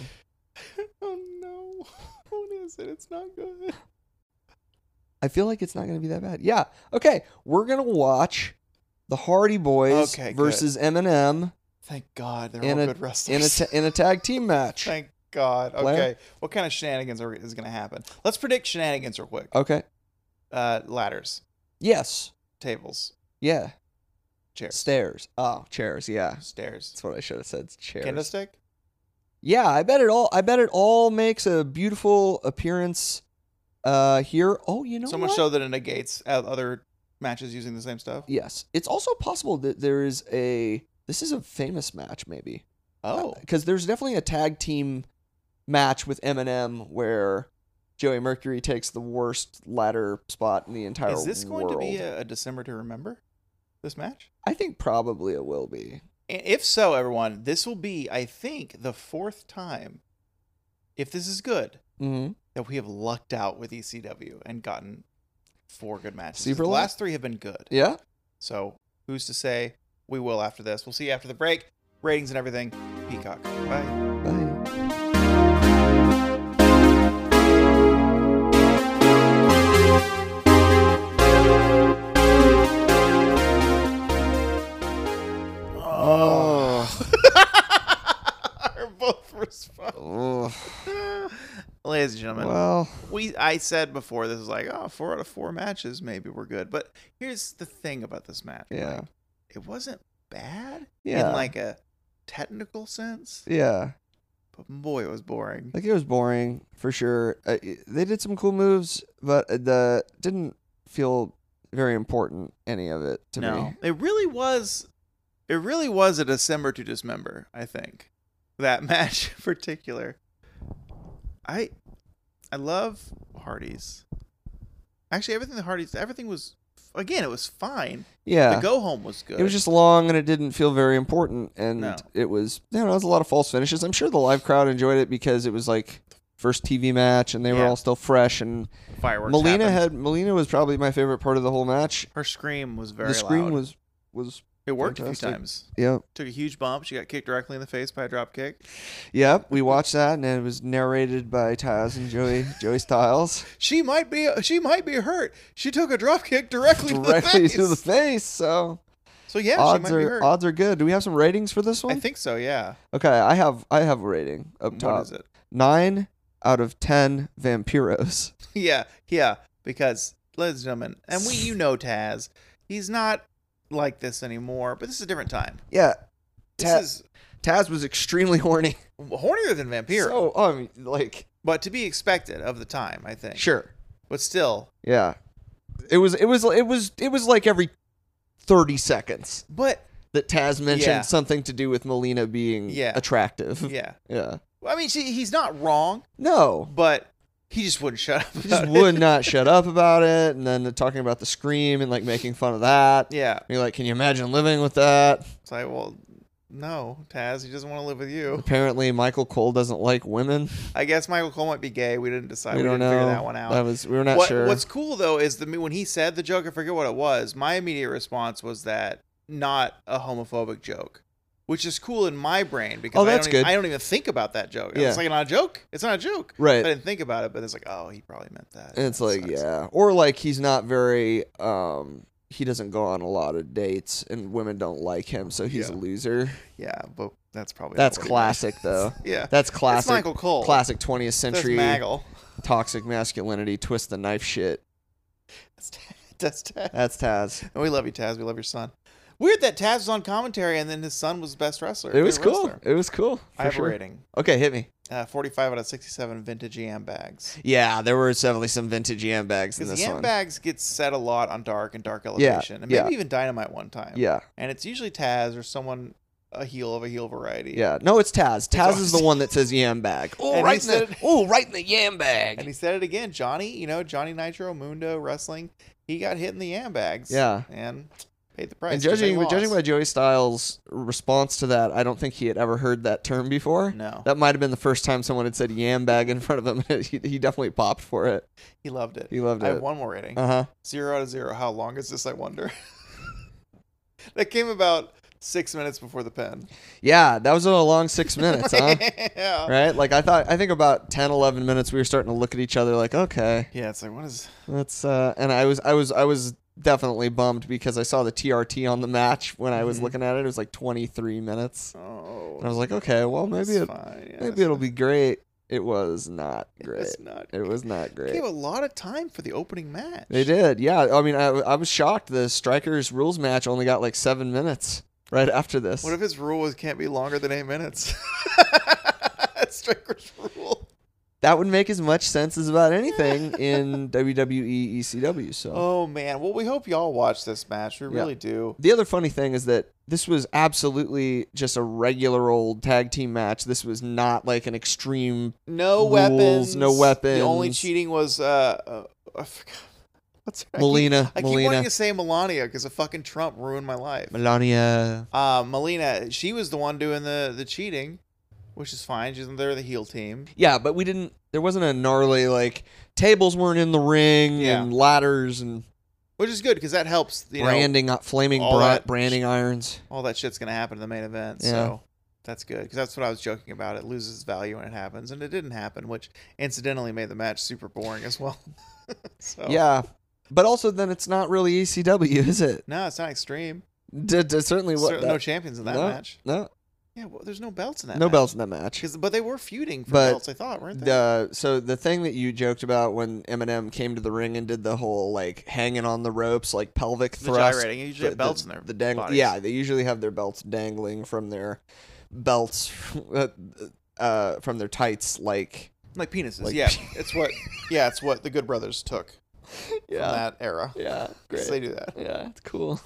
Oh no. What is it? It's not good.
I feel like it's not going to be that bad. Yeah. Okay. We're going to watch the Hardy Boys
Okay, good.
versus Eminem
Thank God they're
In
all
a-
good
in a,
wrestlers.
ta- in a tag team match.
Thank God. Okay.
Blair?
What kind of shenanigans are, is gonna happen? Let's predict shenanigans real quick.
Okay.
Uh, ladders,
Yes.
tables,
Yeah.
chairs,
Stairs. Oh, chairs. Yeah.
stairs.
That's what I should have said. Chairs.
Candlestick?
yeah. I bet it all. I bet it all makes a beautiful appearance uh here. Oh, you know
so much
what?
so that it negates uh, other matches using the same stuff.
yes. It's also possible that there is a. This is a famous match, maybe.
Oh,
because Uh, there's definitely a tag team match with Eminem where Joey Mercury takes the worst ladder spot in the entire
is this going
world.
to be a, a December to remember? This match?
I think probably it will be.
And if so, everyone, this will be, I think, the fourth time, if this is good,
Mm-hmm.
that we have lucked out with ECW and gotten four good matches.
Super
the
luck.
last three have been good.
Yeah.
So who's to say we will after this? We'll see you after the break. Ratings and everything. Peacock. Bye.
Bye. Oh.
Are both responding.
Ugh.
Ladies and gentlemen,
Well,
we I said before this was like, oh, four out of four matches, maybe we're good. But here's the thing about this match. like,
yeah,
it wasn't bad
yeah,
in like a technical sense,
yeah.
but boy, it was boring.
Like it was boring for sure. Uh, y- they did some cool moves, but uh, the didn't feel very important. Any of it to
no.
me.
It really was it really was a December to dismember, I think. That match in particular. I I love Hardy's. Actually everything the Hardy's everything was again, it was fine.
Yeah.
The go home was good.
It was just long and it didn't feel very important. And
No.
it was, you know, it was a lot of false finishes. I'm sure the live crowd enjoyed it because it was like first TV match and they were
Yeah.
all still fresh. And
fireworks.
Melina
happened.
had, Melina was probably my favorite part of the whole match.
her scream was very
the scream
loud.
was, was,
it worked a
fantastic.
few times.
yeah.
Took a huge bump. She got kicked directly in the face by a drop kick.
Yep. We watched that and it was narrated by Taz and Joey, Joey Styles
She might be she might be hurt. She took a drop kick directly, to
directly
the face.
to the face. So
So yeah, she
odds
might be
are,
hurt.
odds are good. Do we have some ratings for this
I
one?
think so, yeah.
okay. I have, I have a rating up top.
What is it?
Nine out of 10 Vampiros.
yeah, yeah. Because, ladies and gentlemen, and we, you know, Taz, he's not like this anymore. But this is a different time.
Yeah,
This
Ta-
is
Taz was extremely horny.
hornier than Vampiro,
So, I mean, like,
but to be expected of the time, I think.
sure.
But still,
Yeah. It was, it was, it was, it was like every 30 seconds
but
that Taz mentioned
Yeah.
something to do with Melina being
Yeah.
attractive.
yeah.
Yeah.
Well, I mean, she, he's not wrong,
No.
but he just wouldn't shut up.
He
about
just
it.
would not shut up about it. And then the, talking about the scream and like making fun of that.
Yeah.
You're like, can you imagine living with that?
It's like, well, no, Taz, he doesn't want to live with you.
Apparently, Michael Cole doesn't like women.
I guess Michael Cole might be gay. We didn't decide.
we, don't
didn't
know.
figure that one out.
That was we were not
What-
sure.
What's cool though is the when he said the joke, I forget what it was. My immediate response was that not a homophobic joke, which is cool in my brain because
Oh,
I
that's
don't even-
good.
I don't even think about that joke.
Yeah.
It's like not a joke. It's not a joke.
right?
I didn't think about it, but it's like, oh, he probably meant that.
And it's
That
like
sucks.
yeah, or like he's not very. um He doesn't go on a lot of dates, and women don't like him, so he's
Yeah.
a loser.
yeah, but that's probably not
That's
what he meant.
classic, though.
Yeah,
That's
that's
classic.
Michael Cole.
Classic 20th
That's
century
Maggle.
toxic masculinity, twist the knife shit.
That's Taz. That's Taz.
That's Taz.
And we love you, Taz. We love your son. Weird that Taz was on commentary and then his son was best wrestler.
It was
favorite
cool.
wrestler.
It was cool.
I
for
have
sure.
a rating.
Okay, hit me.
Uh, 45 out of 67 vintage yam bags.
Yeah, there were definitely some vintage yam bags in
Because
this
yam
one.
bags get set a lot on dark and dark
Yeah,
elevation. and maybe
yeah.
even dynamite one time.
yeah,
And it's usually Taz or someone, a heel of a heel variety.
yeah. No, it's Taz. Taz is
always-
the one that says yam bag. Oh,
And
right
he
in the
said-
oh, right in the yam bag.
And he said it again. Johnny, you know, Johnny Nitro, Mundo, wrestling, he got hit in the yam bags.
Yeah.
And paid the price.
and
'cause they
judging judging by
lost.
Joey Styles' response to that, I don't think he had ever heard that term before.
No.
That might have been the first time someone had said yam bag in front of him. he, he definitely popped for it.
He loved it.
He loved
I have
it.
one more rating.
Uh huh.
Zero out of zero. How long is this? I wonder. that came about six minutes before the pen.
Yeah, that was a long six minutes, huh?
yeah.
Right? Like I thought. I think about 10, 11 minutes. We were starting to look at each other like, okay,
Yeah. It's like what is?
let's. Uh, and I was, I was, I was definitely bummed because I saw the TRT on the match when I was
Mhm.
looking at it. It was like twenty three minutes.
Oh.
And I was like, okay, well
it's
maybe it,
fine. Yeah,
maybe
it's-
it'll be great. It was not great.
It's not.
It was not
They
great.
gave a lot of time for the opening match.
They did, yeah. I mean, I, I was shocked. The strikers rules match only got like seven minutes right after this.
What if his rule was can't be longer than eight minutes? Striker's rule.
that would make as much sense as about anything in E WWE ECW. So
Oh man. Well, we hope y'all watch this match. We
Yeah.
really do.
the other funny thing is that this was absolutely just a regular old tag team match. This was not like an extreme.
No
Rules,
weapons.
no
The only
weapons.
cheating was uh, uh I forgot. What's her I keep-
Melina,
I keep
Melina,
wanting to say Melania because a fucking Trump ruined my life.
Melania.
Uh, Melina, she was the one doing the the cheating, which is fine. She's they're the heel team.
Yeah, but we didn't. There wasn't a gnarly like tables weren't in the ring
Yeah.
and ladders and
Which is good because that helps. You
branding, uh, flaming
all
bra-
that-
branding irons.
know, all that shit's gonna happen in the main event.
Yeah.
So that's good because that's what I was joking about. It loses its value when it happens, and it didn't happen, which incidentally made the match super boring as well. so
Yeah. But also, then it's not really ECW, is it?
no, it's not extreme.
D- d- certainly what
Cer-
that-
no champions in that
no,
match.
No,
Yeah, well, there's no belts in that.
no
match.
belts in that match.
'Cause- but they were feuding for
But
belts. I thought, weren't they?
The so the thing that you joked about when Eminem came to the ring and did the whole like hanging on the ropes, like pelvic
The
thrust,
gyrating. You usually have belts in their
the dangle.
bodies.
Yeah, they usually have their belts dangling from their belts, uh, from their tights, like
like penises.
Like-
yeah, it's what. Yeah, it's what the Good Brothers took from that era.
yeah,
'Cause They do that.
yeah, it's cool.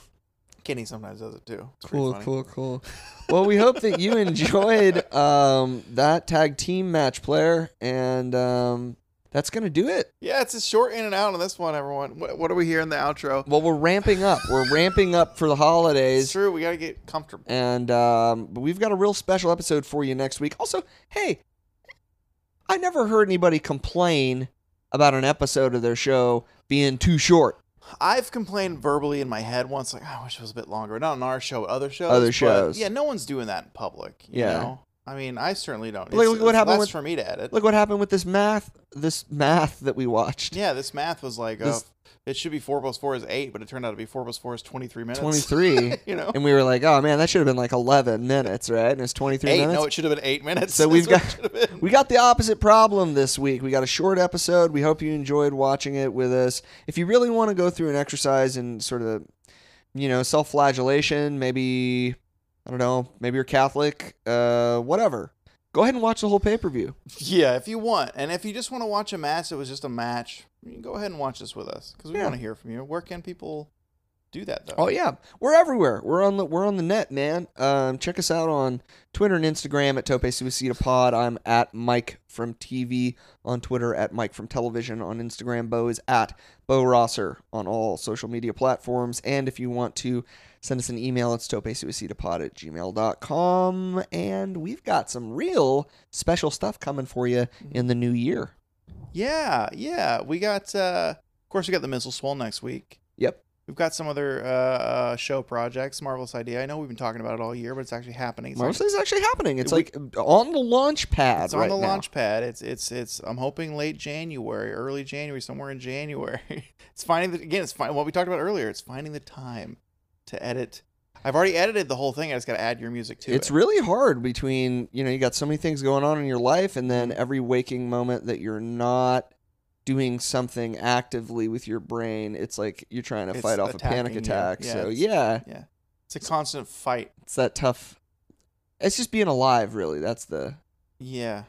Kenny sometimes does it too. It's pretty
cool
funny.
cool cool well we hope that you enjoyed um, that tag team match player and um, that's gonna do it
Yeah, it's a short in and out on this one, everyone. What, what are we here in the outro?
well we're ramping up we're ramping up for the
It's
holidays
true. We gotta get comfortable.
and um, but we've got a real special episode for you next week also hey i never heard anybody complain about an episode of their show being too short
I've complained verbally in my head once, "Oh, like I wish it was a bit longer. Not on our show, but other shows.
Other
but
shows.
yeah, no one's doing that in public. You
Yeah.
Know? I mean, I certainly don't.
Like,
It's-
look what happened
that's
with-
for me to edit.
Look what happened with this math. This math that we watched.
yeah, this math was like,
This-
oh, it should be four plus four is eight, but it turned out to be four plus four is twenty three minutes.
23.
you know,
and we were like, oh man, that should have been like 11 minutes, right? And it's 23
eight.
minutes.
No, it should have been eight minutes.
So we've
is what it
got-
should have been.
We got the opposite problem this week. We got a short episode. We hope you enjoyed watching it with us. If you really want to go through an exercise in sort of, you know, self flagellation, maybe, I don't know, maybe you're Catholic, uh, whatever, go ahead and watch the whole pay per view.
Yeah, if you want, and if you just want to watch a match that was just a match, you can go ahead and watch this with us because we
Yeah.
want to hear from you. Where can people do that though?
Oh yeah, we're everywhere. We're on the we're on the net, man. Um, check us out on Twitter and Instagram at Tope Suicida Pod. I'm at Mike from TV on Twitter, at Mike from Television on Instagram. Bo is at Bo Rosser on all social media platforms. And if you want to send us an email, it's topesuicidapod at gmail.com. And we've got some real special stuff coming for you
Mm-hmm.
in the new year.
Yeah, yeah. We got, uh, of course, we got the Missile Swole next week.
Yep.
We've got some other uh, uh, show projects, Marvelous Idea. I know we've been talking about it all year, but it's actually happening. It's, on-
Mostly it's actually happening. It's
We-
like uh, on the launch pad
it's on
right
the
now.
launch pad. It's it's it's. I'm hoping late January, early January, somewhere in January. it's finding the again. It's fine. What we talked about earlier. It's finding the time to edit. I've already edited the whole thing. I just got to add your music to
it's
it.
really hard between you know you got so many things going on in your life and then every waking moment that you're not doing something actively with your brain it's like you're trying to
It's
fight off a panic
attacking you.
attack
Yeah,
so
it's-
yeah
it's a constant fight.
it's that tough it's just being alive really that's the
Yeah.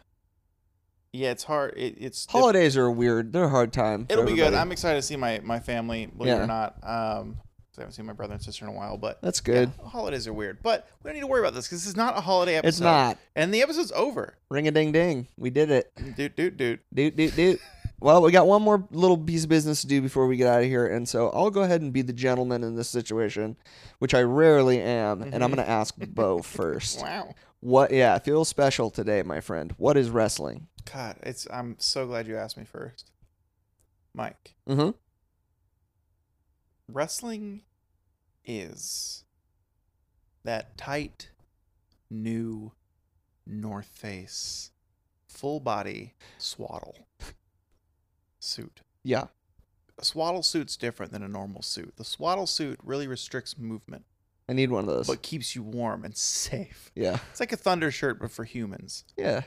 Yeah, it's hard. It, it's diff-
holidays are weird they're a hard time for
It'll be good.
everybody.
I'm excited to see my my family. Believe it
Yeah.
or not, um, 'cause I haven't seen my brother and sister in a while. But
that's good
yeah, holidays are weird. But we don't need to worry about this because this is not a holiday episode.
it's not
And the episode's over.
ring a ding ding we did it
Dude, dude, dude.
Doot, doot, doot. Well, we got one more little piece of business to do before we get out of here. And so I'll go ahead and be the gentleman in this situation, which I rarely am. And I'm going to ask Bo first.
Wow.
What, yeah, feel special today, my friend. What is wrestling?
God, it's. I'm so glad you asked me first, Mike.
Mm-hmm.
Wrestling is that tight, new North Face, full body swaddle suit.
Yeah.
a swaddle suit's different than a normal suit. The swaddle suit really restricts movement,
I need one of those.
but keeps you warm and safe.
yeah.
It's like a thunder shirt, but for humans.
Yeah.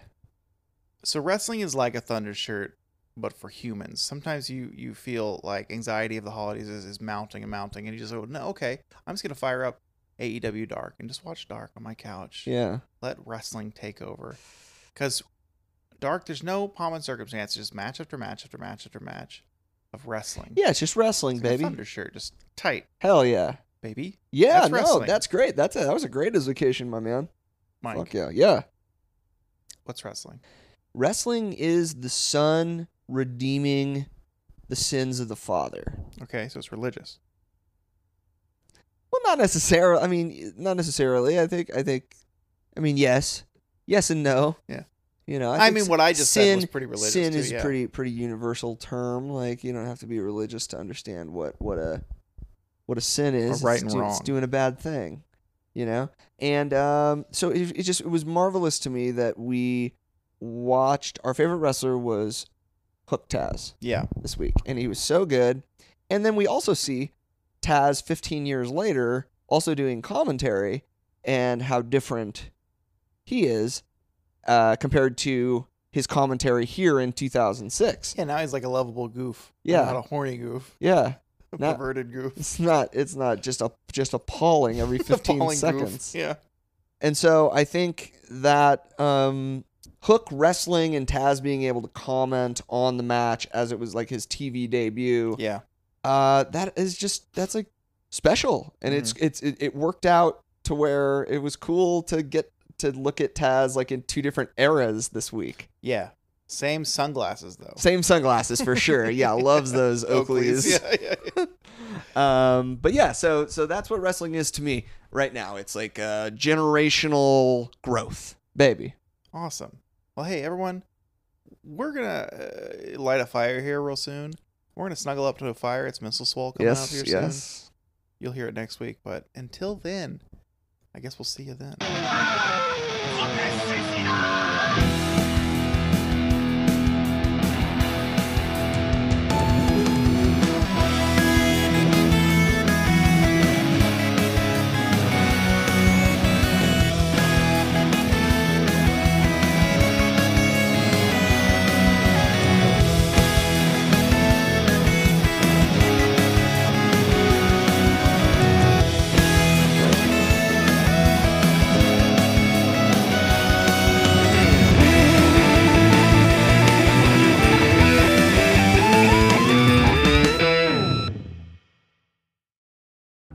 So wrestling is like a thunder shirt, but for humans. Sometimes you you feel like anxiety of the holidays is, is mounting and mounting, and you just go, no, okay, I'm just gonna fire up AEW Dark and just watch Dark on my couch.
Yeah.
Let wrestling take over, because Dark, there's no pomp and circumstance. Just match after match after match after match of wrestling.
Yeah. It's just wrestling,
It's like a
baby.
thunder shirt, just tight,
Hell yeah.
baby.
Yeah.
That's
no,
wrestling.
that's great. That's a, that was a great education, my man.
Mike,
Fuck yeah. Yeah.
what's wrestling?
Wrestling is the son redeeming the sins of the father.
Okay, so it's religious.
Well, not necessarily. I mean, not necessarily. I think. I think. I mean, yes, yes, and no.
Yeah.
You know.
I,
think
mean,
s-
what I just said was
sin-
pretty religious.
Sin
too,
is
yeah.
pretty pretty universal term. Like you don't have to be religious to understand what what a what a sin is.
right
it's,
and
do-
wrong.
it's doing a bad thing. You know. And um, so it, it just it was marvelous to me that we watched our favorite wrestler was Hook Taz
Yeah,
this week, and he was so good. And then we also see Taz 15 years later also doing commentary and how different he is uh, compared to his commentary here in 2006.
yeah. Now he's like a lovable goof.
Yeah.
not a horny goof,
Yeah,
a
Not-
perverted goof,
it's not it's not just a just appalling every 15
Appalling goof.
seconds.
Yeah,
And so I think that um, Hook wrestling and Taz being able to comment on the match as it was like his TV debut
yeah.
uh, that is just that's like special, and it's it's it, it worked out to where it was cool to get to look at Taz like in two different eras this week.
Yeah. Same sunglasses though.
Same sunglasses for sure. Yeah, loves those Oakleys.
Yeah, yeah, yeah.
Um, but yeah, so so that's what wrestling is to me right now. It's like uh, generational growth, baby.
Awesome. Well, hey everyone, we're gonna uh, light a fire here real soon. We're gonna snuggle up to a fire. It's missile swole coming up
yes,
here soon.
yes.
You'll hear it next week, but until then, I guess we'll see you then.
Fuck, I say, see ya.